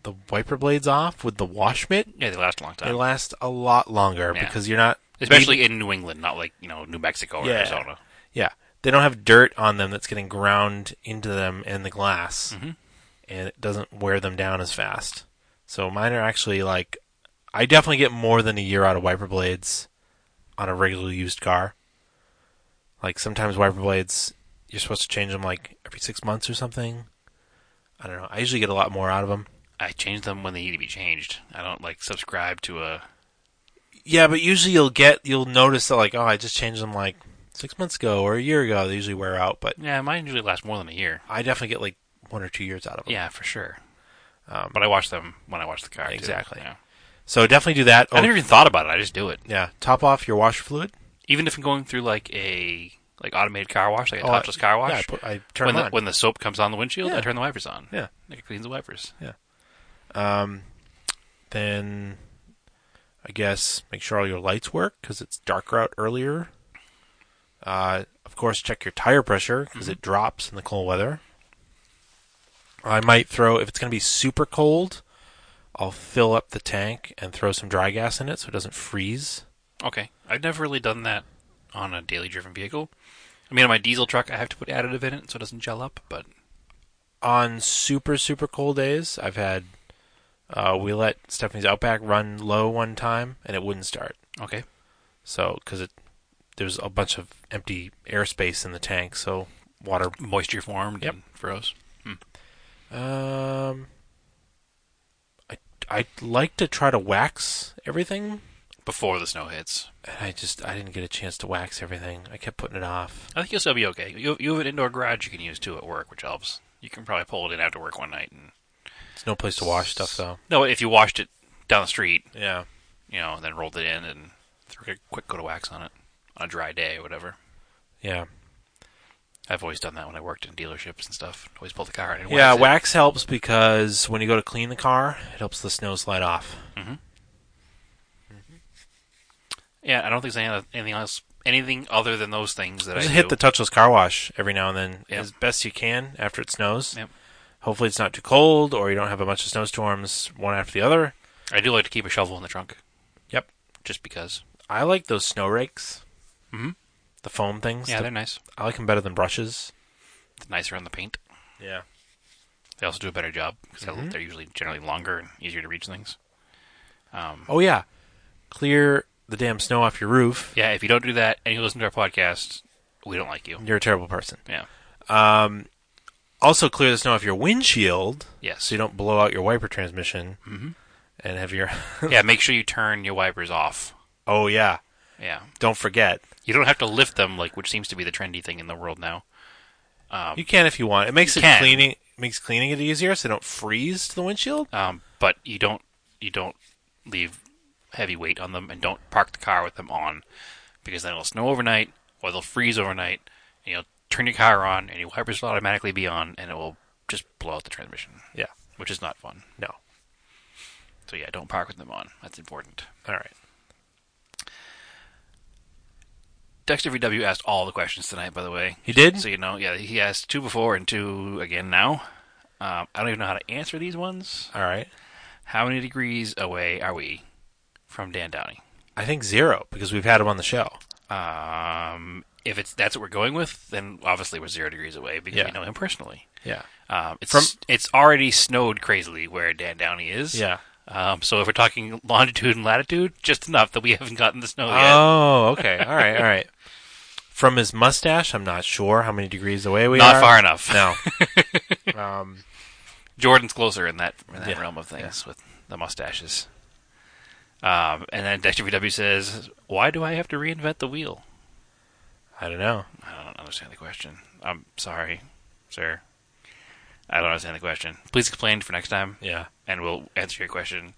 the wiper blades off with the wash mitt, Yeah, they last a long they time, last a lot longer Yeah. because you're not especially in New England, not like you know New Mexico or Yeah. Arizona. yeah, they don't have dirt on them that's getting ground into them and the glass, and it doesn't wear them down as fast. So mine are actually like, I definitely get more than a year out of wiper blades on a regularly used car. Like sometimes wiper blades, you're supposed to change them like every six months or something. I don't know. I usually get a lot more out of them. I change them when they need to be changed. I don't like subscribe to a. Yeah, but usually you'll get you'll notice that like oh I just changed them like six months ago or a year ago. They usually wear out, but Yeah, mine usually lasts more than a year. I definitely get like one or two years out of them. Yeah, for sure. Um, But I watch them when I watch the car. too. Exactly. Yeah. So definitely do that. Oh, I never even thought about it. I just do it. yeah, top off your washer fluid. Even if I'm going through like a like automated car wash, like a Oh, topless car wash. Yeah, I, put, I turn when, them the, on. when the soap comes on the windshield, Yeah. I turn the wipers on. Yeah. It cleans the wipers. Um, then I guess make sure all your lights work because it's darker out earlier. Uh, of course, check your tire pressure because Mm-hmm. it drops in the cold weather. I might throw if it's going to be super cold. I'll fill up the tank and throw some dry gas in it so it doesn't freeze. Okay. I've never really done that on a daily driven vehicle. I mean, on my diesel truck, I have to put additive in it so it doesn't gel up, but on super super cold days i've had uh, we let stephanie's outback run low one time and it wouldn't start okay. so because it there's a bunch of empty airspace in the tank so water Moisture formed Yep. and froze. um i i like to try to wax everything Before the snow hits. and i just i didn't get a chance to wax everything i kept putting it off I think you'll still be okay. You, you have an indoor garage you can use too at work, which helps. You can probably pull it in after work one night. And it's no place to wash stuff though no, if you washed it down the street, yeah you know, and then rolled it in and threw a quick coat of wax on it on a dry day or whatever. yeah I've always done that when I worked in dealerships and stuff. Always pull the car in. And yeah wax wax helps because when you go to clean the car it helps the snow slide off it. Yeah, I don't think there's any- anything else, anything other than those things that I Just do. hit the touchless car wash every now and then Yep. as best you can after it snows. Yep. Hopefully it's not too cold or you don't have a bunch of snowstorms one after the other. I do like to keep a shovel in the trunk. Yep. Just because. I like those snow rakes. Mhm. The foam things. Yeah, The- they're nice. I like them better than brushes. It's nicer on the paint. Yeah. They also do a better job because Mm-hmm. they're usually generally longer and easier to reach things. Um, Oh yeah. Clear the damn snow off your roof. Yeah, if you don't do that and you listen to our podcast, we don't like you. You're a terrible person. Yeah. Um, also clear the snow off your windshield Yes. so you don't blow out your wiper transmission Mm-hmm. and have your yeah, make sure you turn your wipers off. Oh yeah. Yeah. Don't forget. You don't have to lift them like which seems to be the trendy thing in the world now. You can if you want. It makes You it can. cleaning makes cleaning it easier so they don't freeze to the windshield. Um, but you don't you don't leave heavy weight on them and don't park the car with them on because then it'll snow overnight or they'll freeze overnight and you'll turn your car on and your wipers will automatically be on and it will just blow out the transmission, Yeah. which is not fun. No. So yeah, don't park with them on. That's important. All right. Dexter VW asked all the questions tonight, by the way. He did? So you know, yeah, he asked two before and two again now. Um, I don't even know how to answer these ones. All right. How many degrees away are we from Dan Downey? I think zero because we've had him on the show. Um, if it's that's what we're going with, then obviously we're zero degrees away because Yeah. we know him personally. Yeah. Um, it's From- it's already snowed crazily where Dan Downey is. Yeah. Um, so if we're talking longitude and latitude, just enough that we haven't gotten the snow yet. Oh, okay. All right. All right. From his mustache, I'm not sure how many degrees away we Not are. far enough. No. um, Jordan's closer in that, in that Yeah, realm of things with the mustaches. Um, and then Dexter VW says, "Why do I have to reinvent the wheel?" I don't know. I don't understand the question. I'm sorry, sir. I don't understand the question. Please explain for next time, Yeah. and we'll answer your question.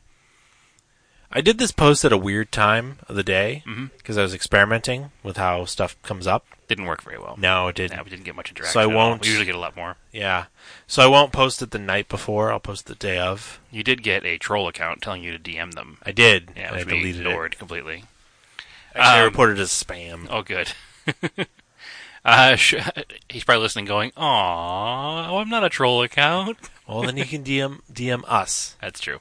I did this post at a weird time of the day because I was experimenting with how stuff comes up. Didn't work very well. No, it didn't. Yeah, we didn't get much interaction. Mm-hmm. So I at all. won't- We usually get a lot more. Yeah. So I won't post it the night before. I'll post the day of. You did get a troll account telling you to DM them. I did. Yeah, I which we deleted it. ignored completely. Actually, I Um, reported it as spam. Oh, good. uh, sh- he's probably listening, going, "Aw, I'm not a troll account." Well, then you can DM DM us. That's true.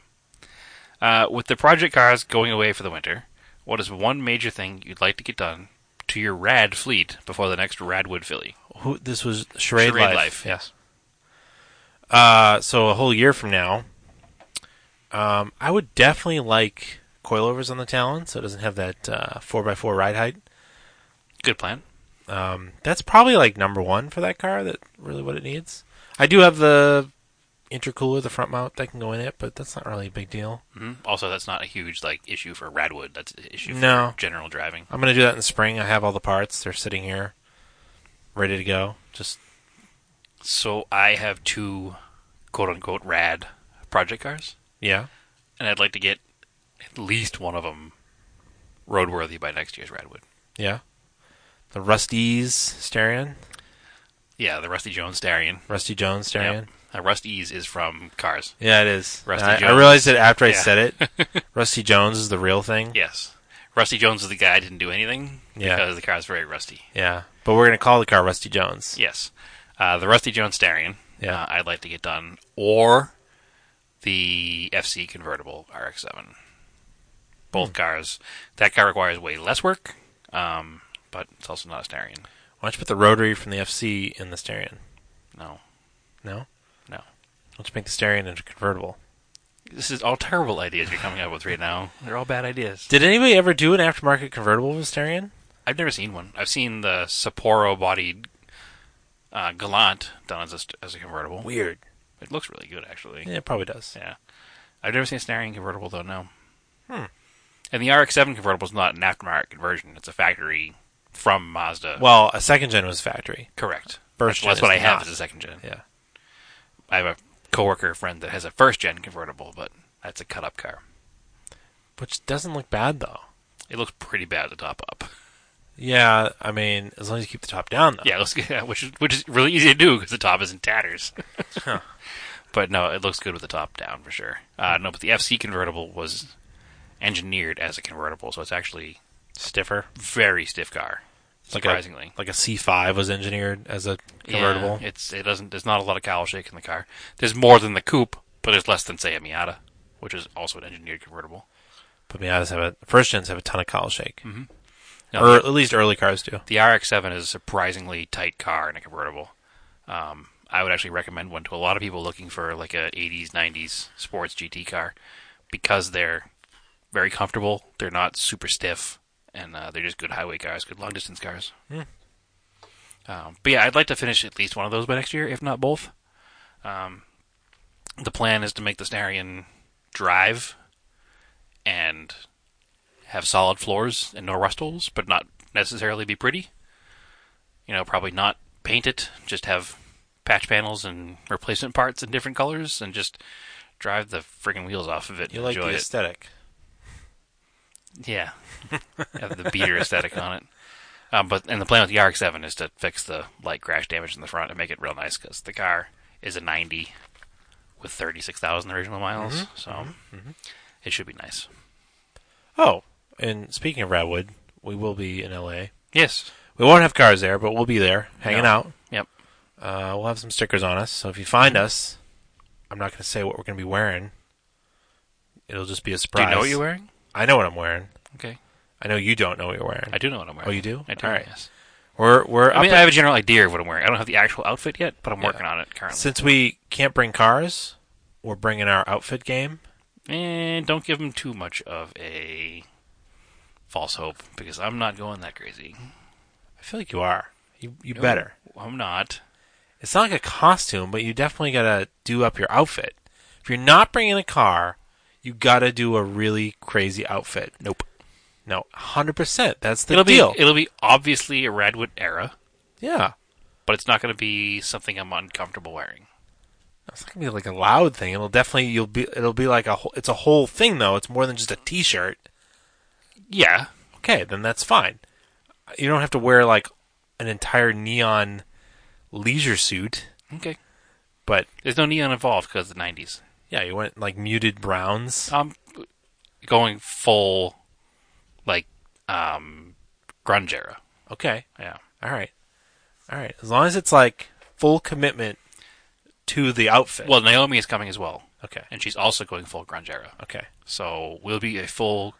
Uh, with the project cars going away for the winter, what is one major thing you'd like to get done to your rad fleet before the next Radwood Philly? Who this was? Charade, Charade Life. Life, yes. Uh, so a whole year from now, um, I would definitely like coilovers on the Talon, so it doesn't have that uh, 4x4 ride height. Good plan. Um, that's probably like number one for that car. That really what it needs. I do have the intercooler, the front mount that can go in it, but that's not really a big deal. hmm Also, that's not a huge like issue for Radwood. That's an issue for No. general driving. I'm gonna do that in the spring. I have all the parts; they're sitting here, ready to go. Just So I have two quote unquote rad project cars, yeah, and I'd like to get at least one of them roadworthy by next year's Radwood. yeah. The Rusty's Starion, Yeah, the Rusty Jones Darian. Rusty Jones Starion. Yep. Uh, Rusty's is from Cars. Yeah, it is. Rusty I, I Jones. realized it after I Yeah. said it. Rusty Jones is the real thing. Yes, Rusty Jones is the guy who didn't do anything Yeah. because the car's very rusty. Yeah. But we're gonna call the car Rusty Jones. Yes, uh, the Rusty Jones Darian. Yeah. uh, I'd like to get done or the FC convertible RX-7. Both cars. That car requires way less work, um, but it's also not a Starion. Why don't you put the rotary from the FC in the Starion? No, No. no. Why don't you make the Starion into convertible? This is all terrible ideas you're coming up with right now. They're all bad ideas. Did anybody ever do an aftermarket convertible with a Starion? I've never seen one. I've seen the Sapporo-bodied uh, Gallant done as a, st- as a convertible. Weird. It looks really good, actually. Yeah, it probably does. Yeah. I've never seen a Starion convertible, though, no. Hmm. And the RX 7 convertible is not an aftermarket conversion, it's a factory from Mazda. Well, a second gen was factory. correct. First That's- gen that's what I is have not. as a second gen. Yeah. I have a coworker friend that has a first gen convertible, but that's a cut up car. Which doesn't look bad though. It looks pretty bad to top up. Yeah, I mean, as long as you keep the top down though. Yeah, it looks good, yeah, which is which is really easy to do because the top is in tatters. But no, it looks good with the top down for sure. Uh, no, but the FC convertible was engineered as a convertible, so it's actually Stiffer. very stiff car. Like a- Surprisingly, Like a C five was engineered as a convertible. Yeah, it's it doesn't. There's not a lot of cowl shake in the car. There's more than the coupe, but there's less than say a Miata, which is also an engineered convertible. But Miatas have a first gens have a ton of cowl shake, Mm-hmm. No, or at least early cars do. the RX-7 is a surprisingly tight car in a convertible. Um, I would actually recommend one to a lot of people looking for like a 80s, 90s sports GT car because they're very comfortable. They're not super stiff, and uh, they're just good highway cars, good long distance cars. Hmm. Um, but yeah, I'd like to finish at least one of those by next year, if not both. Um, the plan is to make the Starion drive and have solid floors and no rust holes, but not necessarily be pretty. You know, probably not paint it, just have patch panels and replacement parts in different colors and just drive the friggin' wheels off of it. You and like enjoy the it. aesthetic. Yeah, have the beater aesthetic on it. Um, but and the plan with the RX-7 is to fix the light crash damage in the front and make it real nice because the car is a 90 with 36,000 original miles, Mm-hmm. so it should be nice. Oh, and speaking of Radwood, we will be in LA. Yes. We won't have cars there, but we'll be there hanging No. out. Yep. Uh, we'll have some stickers on us, so if you find Mm-hmm. us, I'm not going to say what we're going to be wearing. It'll just be a Do surprise. you know what you're wearing? I know what I'm wearing. Okay, I know you don't know what you're wearing. I do know what I'm wearing. Oh, you do? I do. All right. Yes. We're we're I mean, up I have a general idea of what I'm wearing. I don't have the actual outfit yet, but I'm Yeah. working on it currently. since we can't bring cars. We're bringing our outfit game. and don't give them too much of a false hope because I'm not going that crazy. I feel like you are. You you better. I'm not. It's not like a costume, but you definitely gotta do up your outfit. If you're not bringing a car, you gotta do a really crazy outfit. Nope. No, hundred percent. That's the it'll deal. be it'll be obviously a Radwood era, yeah, but it's not going to be something I'm uncomfortable wearing. it's not gonna be like a loud thing. It'll definitely you'll be. It'll be like a. Whole, it's a whole thing though. It's more than just a t-shirt. Yeah, Okay, then that's fine. You don't have to wear like an entire neon leisure suit, okay. but There's no neon involved because the '90s. yeah, you went like muted browns. I'm going full, like, um, grunge era. Okay, Yeah, all right, all right. As long as it's like full commitment to the outfit. Well, Naomi is coming as well, Okay. and she's also going full grunge era. Okay. So we'll be a full,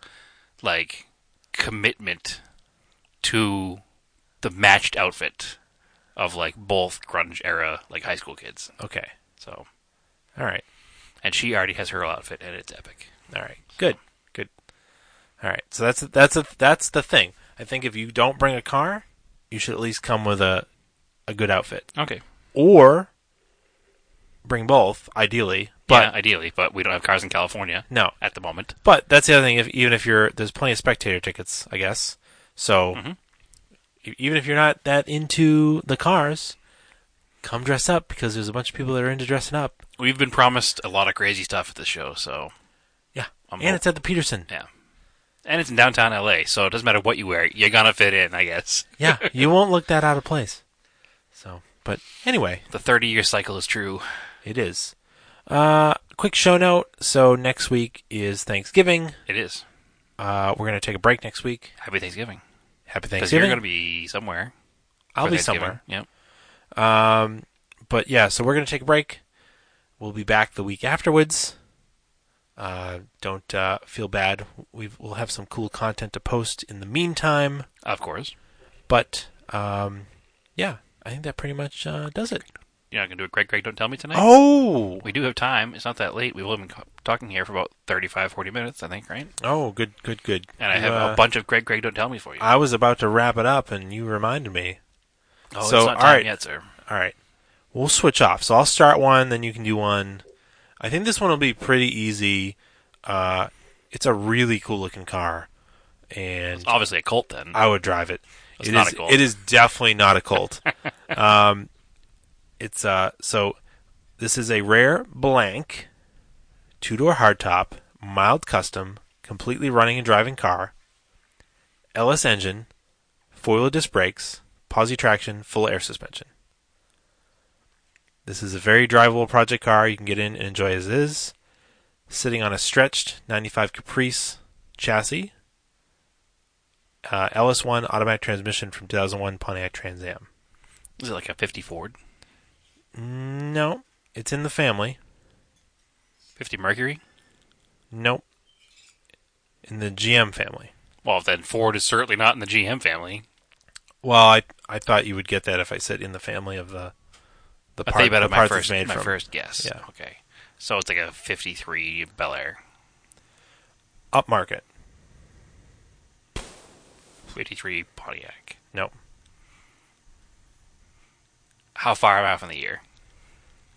like, commitment to the matched outfit of like both grunge era like high school kids. Okay. So All right. and she already has her outfit and it's epic. All right. Good. Good. All right. So that's that's a, that's the thing. I think if you don't bring a car, you should at least come with a a good outfit Okay. or bring both, ideally. But But ideally, but we don't have cars in California no, at the moment. but that's the other thing. If even if you're there's plenty of spectator tickets, I guess. So Mhm. e- even if you're not that into the cars, come dress up because there's a bunch of people that are into dressing up. We've been promised a lot of crazy stuff at the show, so Yeah, I'm and it's at the Peterson. yeah, and it's in downtown LA, so it doesn't matter what you wear, you're gonna fit in, I guess. yeah, you won't look that out of place. So, but anyway, The 30 year cycle is true. It is. Uh, quick show note. So next week is Thanksgiving. It is. Uh, we're gonna take a break next week. Happy Thanksgiving. Happy Because you're Thanksgiving. gonna be somewhere. I'll for be Thanksgiving. somewhere. Yep. Um, but yeah, so we're gonna take a break. We'll be back the week afterwards. Uh, don't uh, feel bad. We've, we'll have some cool content to post in the meantime. Of course. But um, yeah, I think that pretty much uh, does it. You're not gonna do it, Greg. Greg, don't tell me tonight. Oh, We do have time. It's not that late. We've only been co- talking here for about 35, 40 minutes, I think, right? oh, good, good, good. And I You, have uh, a bunch of Greg, Greg, don't tell me for you. I was about to wrap it up, and you reminded me. oh, so, it's not all time right. yet, sir. All right. We'll switch off. So I'll start one, then you can do one. I think this one will be pretty easy. Uh, it's a really cool looking car, and It's obviously a cult then. I would drive it. It's It not is- a Colt. It is definitely not a Colt. um, it's uh, so this is a rare blank two door hardtop, mild custom, completely running and driving car. LS engine, foil disc brakes, posi traction, full air suspension. This is a very drivable project car. You can get in and enjoy as is. Sitting on a stretched 95 Caprice chassis, uh, LS1 automatic transmission from 2001 Pontiac Trans Am. Is it like a 50 Ford? No, it's in the family. 50 Mercury? Nope. In the GM family. Well, then Ford is certainly not in the GM family. Well, I I thought you would get that if I said in the family of the the I part, think the about my part first, that's made my from. first guess. Yeah. Okay. So it's like a 53 Bel Air. Upmarket. 53 Pontiac. Nope. How far am I off in the year?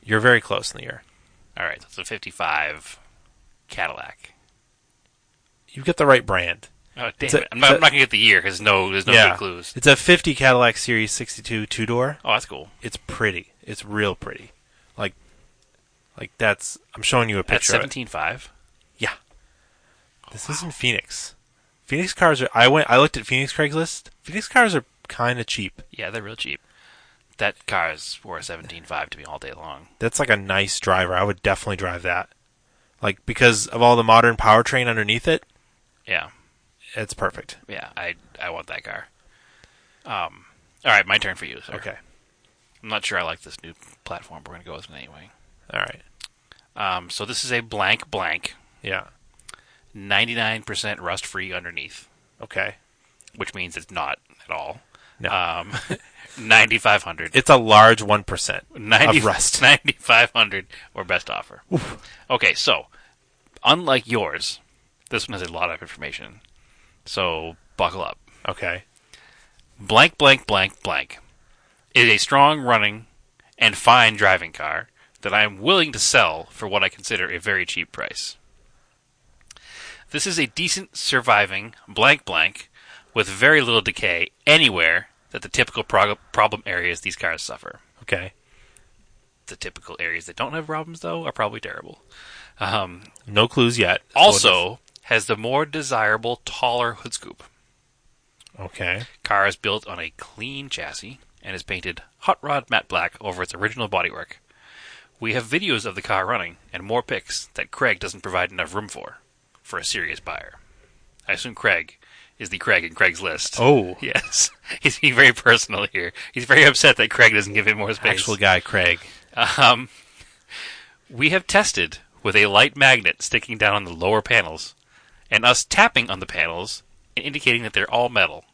You're very close in the year. All right, that's a 55 Cadillac. You get the right brand. Oh, It's damn a- it. I'm not, it's a- I'm not going to get the year because no, there's no good clues. It's a 50 Cadillac Series 62 two door. Oh, that's cool. It's pretty. It's real pretty. Like like that's I'm showing you a That's picture of it. 17.5. Yeah. This is in Phoenix. Phoenix cars are I went I looked at Phoenix Craigslist. Phoenix cars are kind of cheap. Yeah, they're real cheap. That car is for a 17.5 to me all day long. That's like a nice driver. I would definitely drive that. Like because of all the modern powertrain underneath it, Yeah, it's perfect. yeah, I I want that car. Um, all right, my turn for you, sir. Okay. I'm not sure I like this new platform, but we're gonna go with it anyway. All right. Um, so this is a blank blank, Yeah. 99% rust free underneath, Okay. which means it's not at all. No. Um, 9500. It's a large 1%. 90, Of rust. 9500 or best offer. Okay, so unlike yours, this one has a lot of information. So buckle up. Okay. Blank, blank, blank, blank is a strong running and fine driving car that I am willing to sell for what I consider a very cheap price. This is a decent surviving blank blank with very little decay anywhere that the typical prog- problem areas these cars suffer Okay. the typical areas that don't have problems though are probably terrible. Um, No clues yet. also has the more desirable taller hood scoop. okay. Car is built on a clean chassis and is painted hot rod matte black over its original bodywork. We have videos of the car running and more pics that Craig doesn't provide enough room for for a serious buyer. I assume Craig is the Craig in Craig's list. Oh, Yes, he's being very personal here. He's very upset that Craig doesn't give him more space. actual guy Craig. Um, we have tested with a light magnet sticking down on the lower panels, and us tapping on the panels and indicating that they're all metal.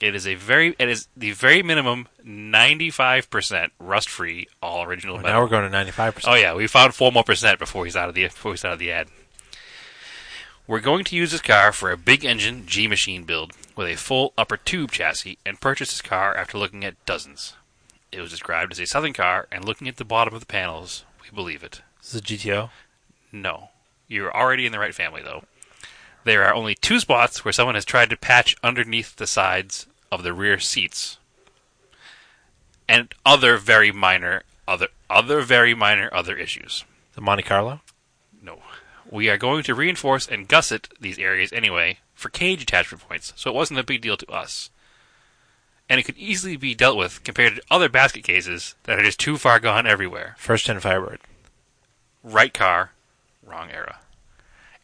It is a very it is the very minimum ninety five percent rust free all original Well, metal. now we're going to 95%. Oh yeah, we found four more percent before he's out of the before he's out of the ad. We're going to use this car for a big engine G machine build with a full upper tube chassis and purchase this car after looking at dozens. It was described as a Southern car, and looking at the bottom of the panels, we believe it. This is a GTO. No. You're already in the right family, though. There are only two spots where someone has tried to patch underneath the sides of the rear seats. And other very minor other other very minor other issues. The Monte Carlo. No. We are going to reinforce and gusset these areas anyway for cage attachment points, so it wasn't a big deal to us. And it could easily be dealt with compared to other basket cases that are just too far gone everywhere. First gen Firebird. Right car, wrong era.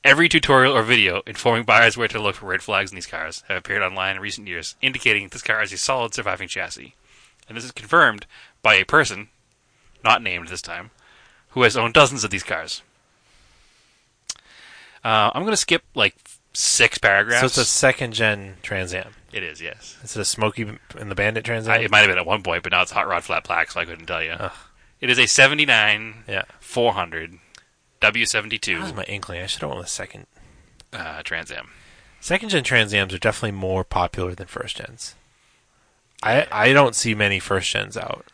Every tutorial or video informing buyers where to look for red flags in these cars have appeared online in recent years, indicating this car is a solid surviving chassis. And this is confirmed by a person, not named this time, who has owned dozens of these cars. Uh, I'm going to skip like six paragraphs. So it's a second gen Trans Am. It is, yes. Is it a Smoky and the Bandit Trans Am? I, it might have been at one point, but now it's hot rod flat black, so I couldn't tell you. Ugh. It is a 79 yeah. 400 That was W72 my inkling. I should have went with second. uh, Trans Am. Second gen Trans Ams are definitely more popular than first gens. I I don't see many first gens out.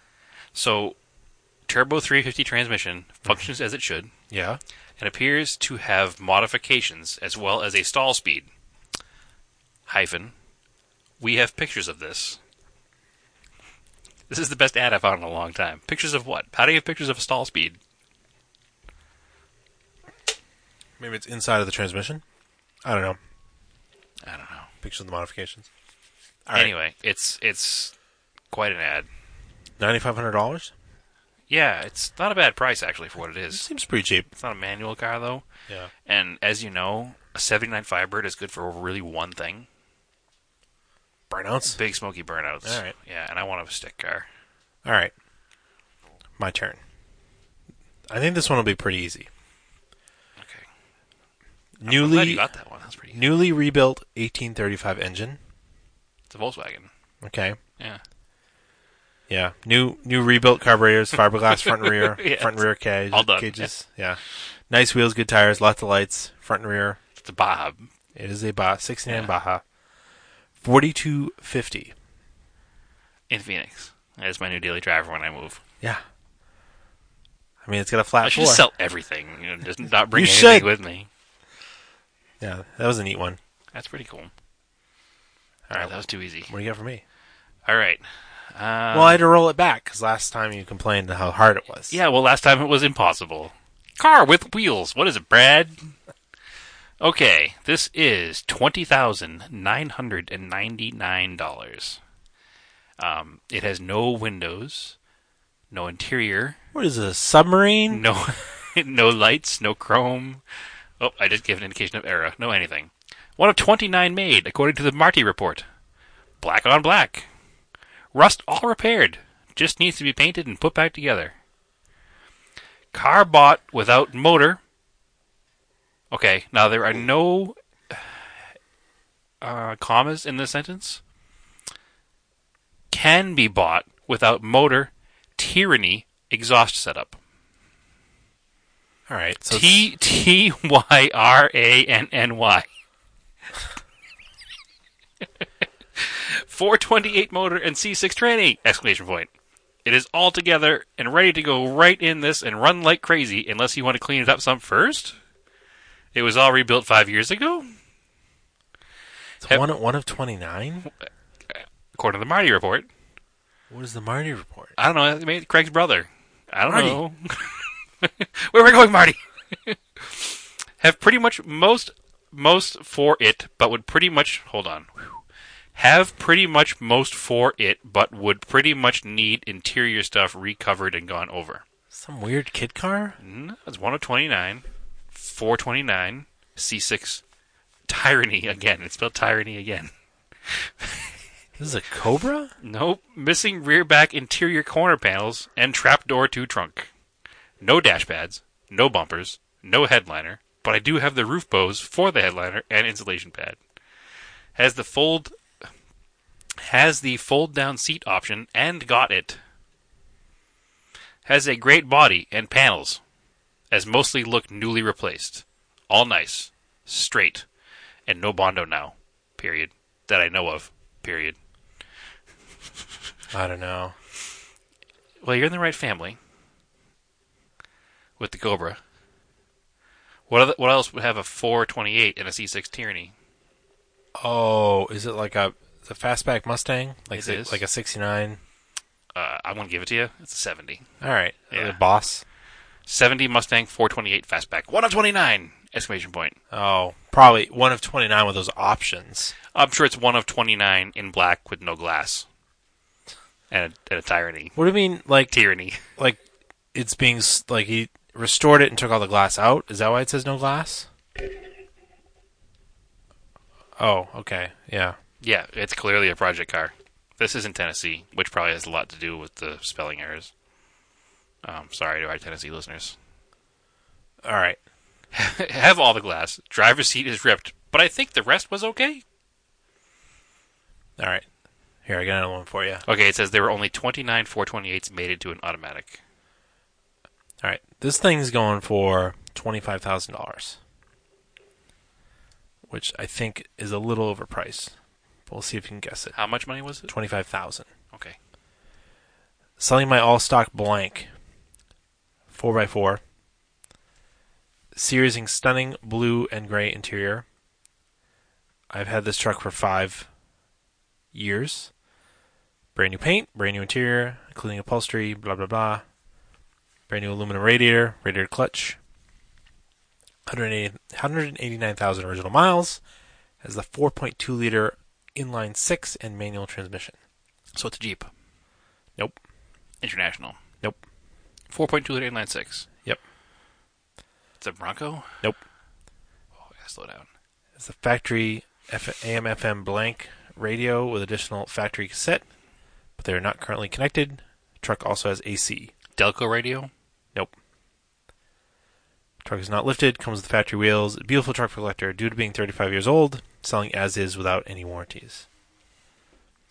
So, turbo 350 transmission functions as it should Yeah. and appears to have modifications as well as a stall speed. Hyphen. We have pictures of this. This is the best ad I've found in a long time. Pictures of what? How do you have pictures of a stall speed? Maybe it's inside of the transmission. I don't know. I don't know. Pictures of the modifications. Anyway, it's it's quite an ad. Ninety five hundred dollars. Yeah, it's not a bad price actually for what it is. Seems pretty cheap. It's not a manual car though, Yeah. and as you know, a 79 Firebird is good for really one thing: Burnouts. big smoky burnouts. All right. Yeah, and I want a stick car. All right. My turn. I think this one will be pretty easy. Okay. I'm glad you Newly got that one. That's pretty. newly rebuilt 1835 engine. It's a Volkswagen. Okay. Yeah. Yeah. New new rebuilt carburetors, fiberglass front and rear, Yes. front and rear cage, All done. cages. Yeah. Nice wheels, good tires, lots of lights, front and rear. It's a Bob. It is a Baja, 69 Yeah. Baja. 4250. in Phoenix. That is my new daily driver when I move. Yeah. I mean, it's got a flat I should floor. just sell everything you know, just not bring You anything should. with me. yeah, that was a neat one. That's pretty cool. All All right, right. that was too easy. What do you got for me? All right. Uh, well, I had to roll it back because last time you complained how hard it was. yeah, well, last time it was impossible. Car with wheels. What is it, Brad? Okay, this is twenty thousand nine hundred and ninety-nine dollars. Um, it has no windows, no interior, What is this, a submarine? no no lights, no chrome. Oh, I just gave an indication of error. No anything. One of 29 made, according to the Marty report. Black on black. Rust all repaired. Just needs to be painted and put back together. Car bought without motor. Okay, now there are no uh, commas in this sentence. Can be bought without motor, tyranny, exhaust setup. All right. So it's- T T Y R A N N Y. 428 motor and C6 tranny! Exclamation point. It is all together and ready to go right in this and run like crazy, unless you want to clean it up some first. It was all rebuilt five years ago, it's one, one of 29? according to the Marty report. What is the Marty report? I don't know. Maybe Craig's brother. I don't Marty. know. Where we're going, Marty. have pretty much most most for it, but would pretty much hold on. Whew. Have pretty much most for it, but would pretty much need interior stuff recovered and gone over. Some weird kid car? Mm, That's one of twenty nine, four twenty nine, C six, tyranny again. It's spelled tyranny again. This is a Cobra? Nope. Missing rear back interior corner panels and trapdoor to trunk. No dash pads, no bumpers, no headliner, but I do have the roof bows for the headliner and insulation pad. Has the fold has the fold down seat option and got it. Has a great body and panels, as mostly look newly replaced. All nice, straight, and no bondo now. Period. That I know of. Period. I don't know. well, you're in the right family with the Cobra. What other, what else would have a 428 and a C6 Tyranny? Oh, is it like a the fastback Mustang? Like It si- is. like a '69? Uh, I won't give it to you. It's a 70. All right, Yeah. the boss. 70 Mustang 428 fastback. 1 of 29! Exclamation point. Oh, probably one of 29 with those options. I'm sure it's 1 of 29 in black with no glass. And a, and a tyranny. What do you mean? Like Tyranny. like it's being s- like he restored it and took all the glass out. Is that why it says no glass? Oh, okay, yeah. Yeah, it's clearly a project car. This is in Tennessee, which probably has a lot to do with the spelling errors. Um, sorry to our Tennessee listeners. All right. Have all the glass. Driver's seat is ripped, but I think the rest was okay. All right. Here, I got another one for you. Okay, it says there were only 29 428s made into an automatic. All right. This thing's going for $25,000, which I think is a little overpriced. We'll see if you can guess it. How much money was it? 25000 Okay. Selling my all stock blank 4x4. Series in stunning blue and gray interior. I've had this truck for five years. Brand new paint, brand new interior, including upholstery, blah, blah, blah. Brand new aluminum radiator, radiator clutch. 180 189,000 original miles. Has the 4.2 liter inline six and manual transmission. So it's a Jeep. Nope. International. Nope. 4.2 liter inline six. Yep. It's a Bronco? Nope. Oh, I gotta slow down. It's a factory F- AM FM blank radio with additional factory cassette, but they are not currently connected. truck also has AC. Delco radio? Nope. Truck is not lifted, comes with factory wheels. Beautiful truck for collector due to being 35 years old, selling as is without any warranties.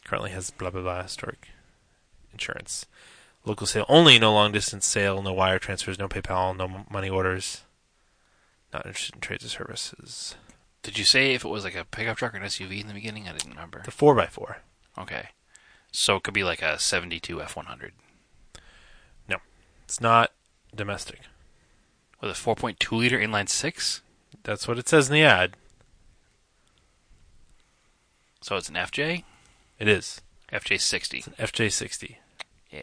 Currently has blah blah blah historic insurance. Local sale only, no long distance sale, no wire transfers, no PayPal, no m- money orders. Not interested in trades or services. Did you say if it was like a pickup truck or an SUV in the beginning? I didn't remember. The 4x4. Okay. So it could be like a 72 F100 It's not domestic. with a 4.2 liter inline six. That's what it says in the ad. So it's an FJ? It is. FJ60. It's an FJ60. Yeah.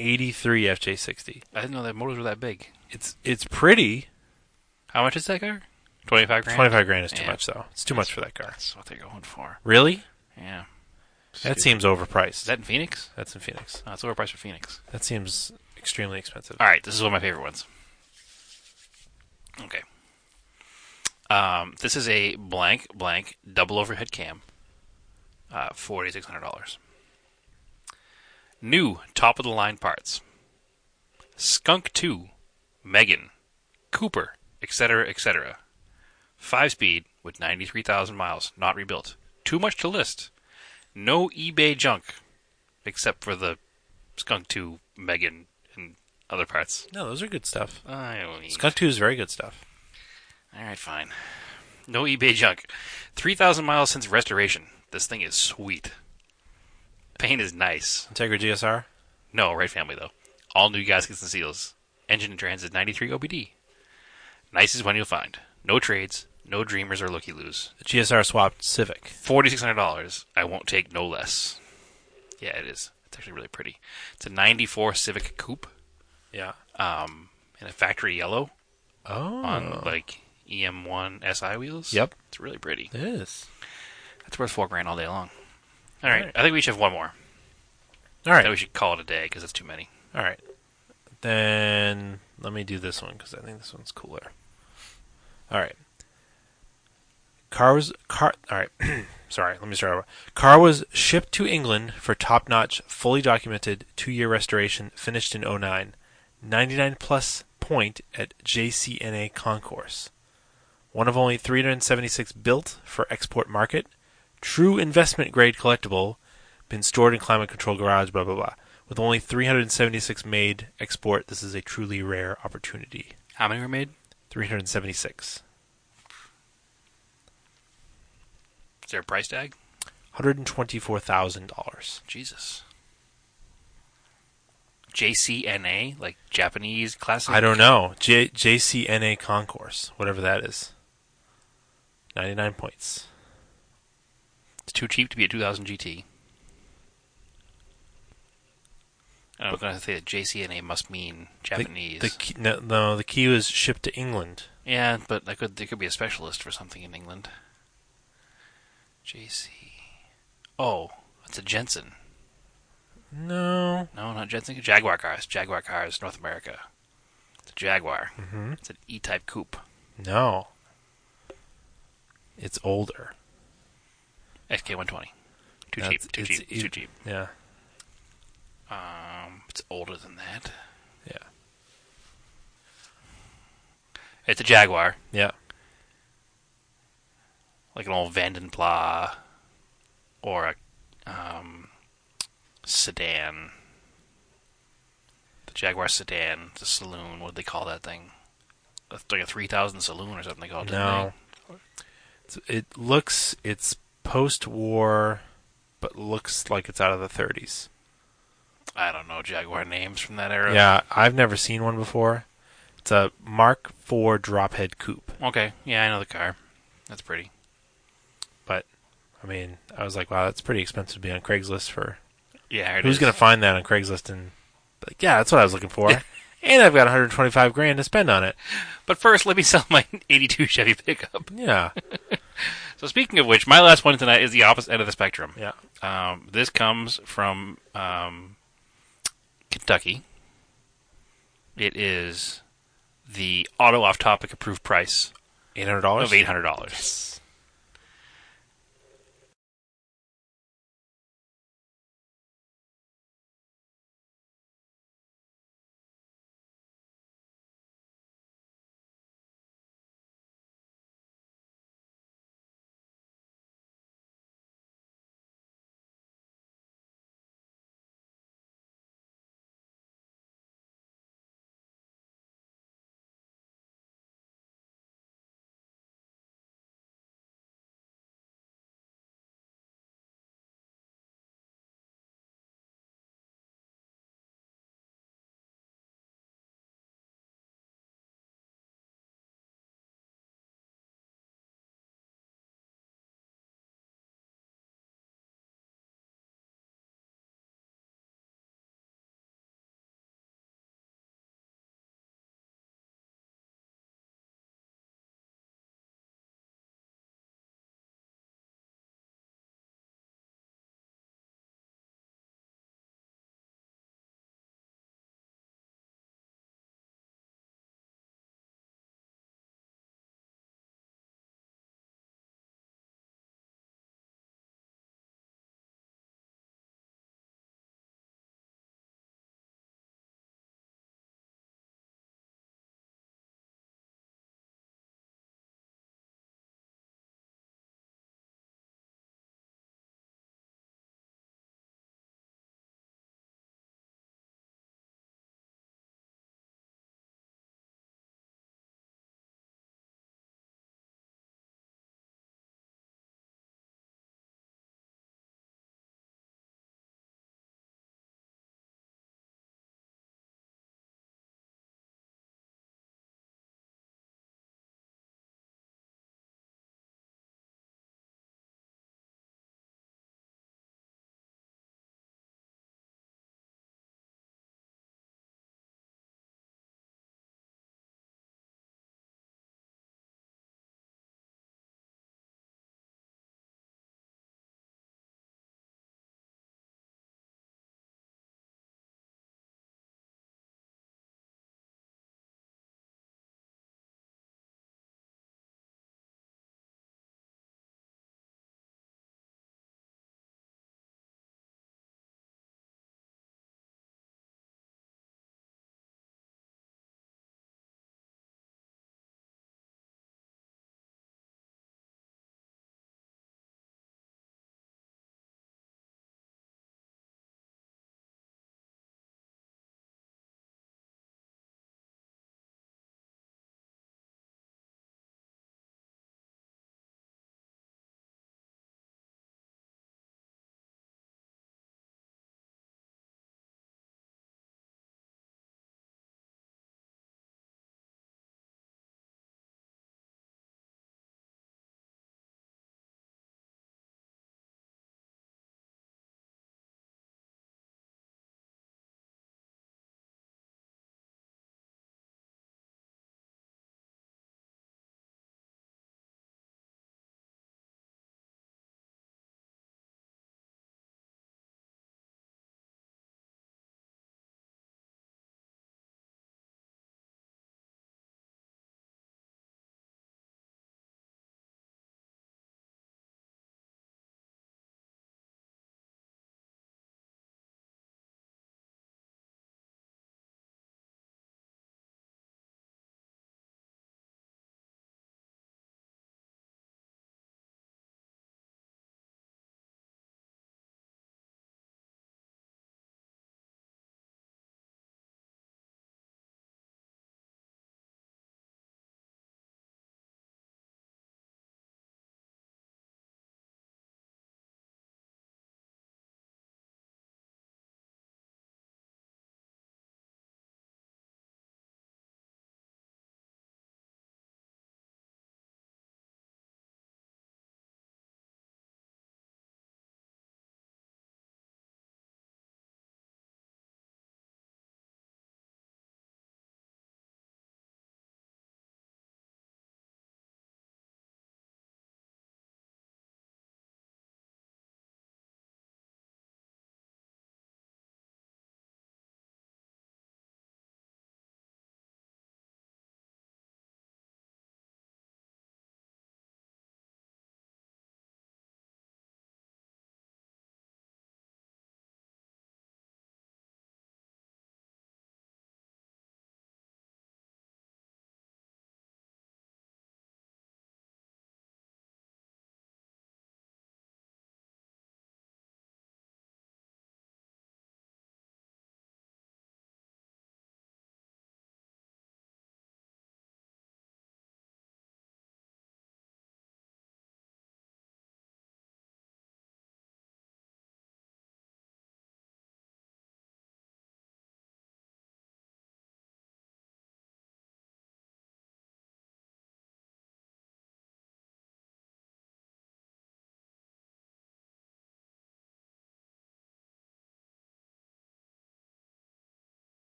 83 FJ60. I didn't know that motors were that big. It's it's pretty. How much is that car? 25 grand? 25 grand is too Yeah. much though. It's too much for that car. That's what they're going for. Really? Yeah. That Stupid. seems overpriced. Is that in Phoenix? That's in Phoenix. Oh, it's overpriced for Phoenix. That seems extremely expensive. All right, this is one of my favorite ones. Okay. Um, this is a blank, blank, double overhead cam. Uh, $4,600. New top of the line parts Skunk 2, Megan, Cooper, etc., etc. Five speed with 93,000 miles, not rebuilt. Too much to list. No eBay junk, except for the Skunk 2, Megan, and other parts. No, those are good stuff. I don't need. Skunk 2 is very good stuff. All right, fine. No eBay junk. Three thousand miles since restoration. This thing is sweet. Paint is nice. Integra GSR? No, right family though. All new gaskets and seals. Engine and trans is 93 OBD. Nice is one you'll find. No trades, no dreamers or looky loos. The GSR swapped Civic. Forty six hundred dollars. I won't take no less. Yeah, it is. It's actually really pretty. It's a '94 Civic Coupe Yeah. um, in a factory yellow Oh. on like E EM1 SI wheels. Yep. it's really pretty. It is. That's worth four grand all day long. All right, Alright. I think we should have one more. All I think right. we should call it a day because it's too many. All right. Then let me do this one because I think this one's cooler. All right. Car was car. All right. Sorry. Let me start over. Car was shipped to England for top-notch, fully documented two-year restoration, finished in 09. 99 plus point at JCNA Concourse. One of only 376 built for export market. True investment grade collectible been stored in climate control garage, blah blah blah. With only 376 made export, this is a truly rare opportunity. How many were made? 376. Is there a price tag? $124,000. Jesus. JCNA, like Japanese classic? I don't know. J- JCNA Concourse, whatever that is. 99 points. It's too cheap to be a 2000 GT. And I was going to say that JCNA must mean The- Japanese. The, key, no, no, the key was shipped to England. yeah, but I could there could be a specialist for something in England. JC. Oh, that's a Jensen. No. No, not Jensen. Jaguar cars. Jaguar cars, North America. It's a Jaguar. hmm It's an E-type coupe. No. It's older. SK120. Too That's- cheap. Too it's cheap. e- too cheap. Yeah. Um, it's older than that. Yeah. It's a Jaguar, Yeah. like an old Vandenpla or a um, sedan. The Jaguar sedan, the saloon. What do they call that thing? That's like a three thousand saloon or something. They call it. didn't No. It's, it looks, it's post war, but looks like it's out of the 30s. they? I don't know Jaguar names from that era. Yeah, I've never seen one before. It's a Mark IV drophead coupe. Okay. Yeah, I know the car. That's pretty. I mean, I was like, wow, that's pretty expensive to be on Craigslist for. Yeah. it Who's is. going to find that on Craigslist? And be like, yeah, that's what I was looking for. and I've got 125 grand to spend on it. But first, let me sell my '82 Chevy pickup. Yeah, So speaking of which, my last one tonight is the opposite end of the spectrum. yeah. Um, this comes from um, Kentucky. It is the auto off topic approved price $800. of eight hundred dollars.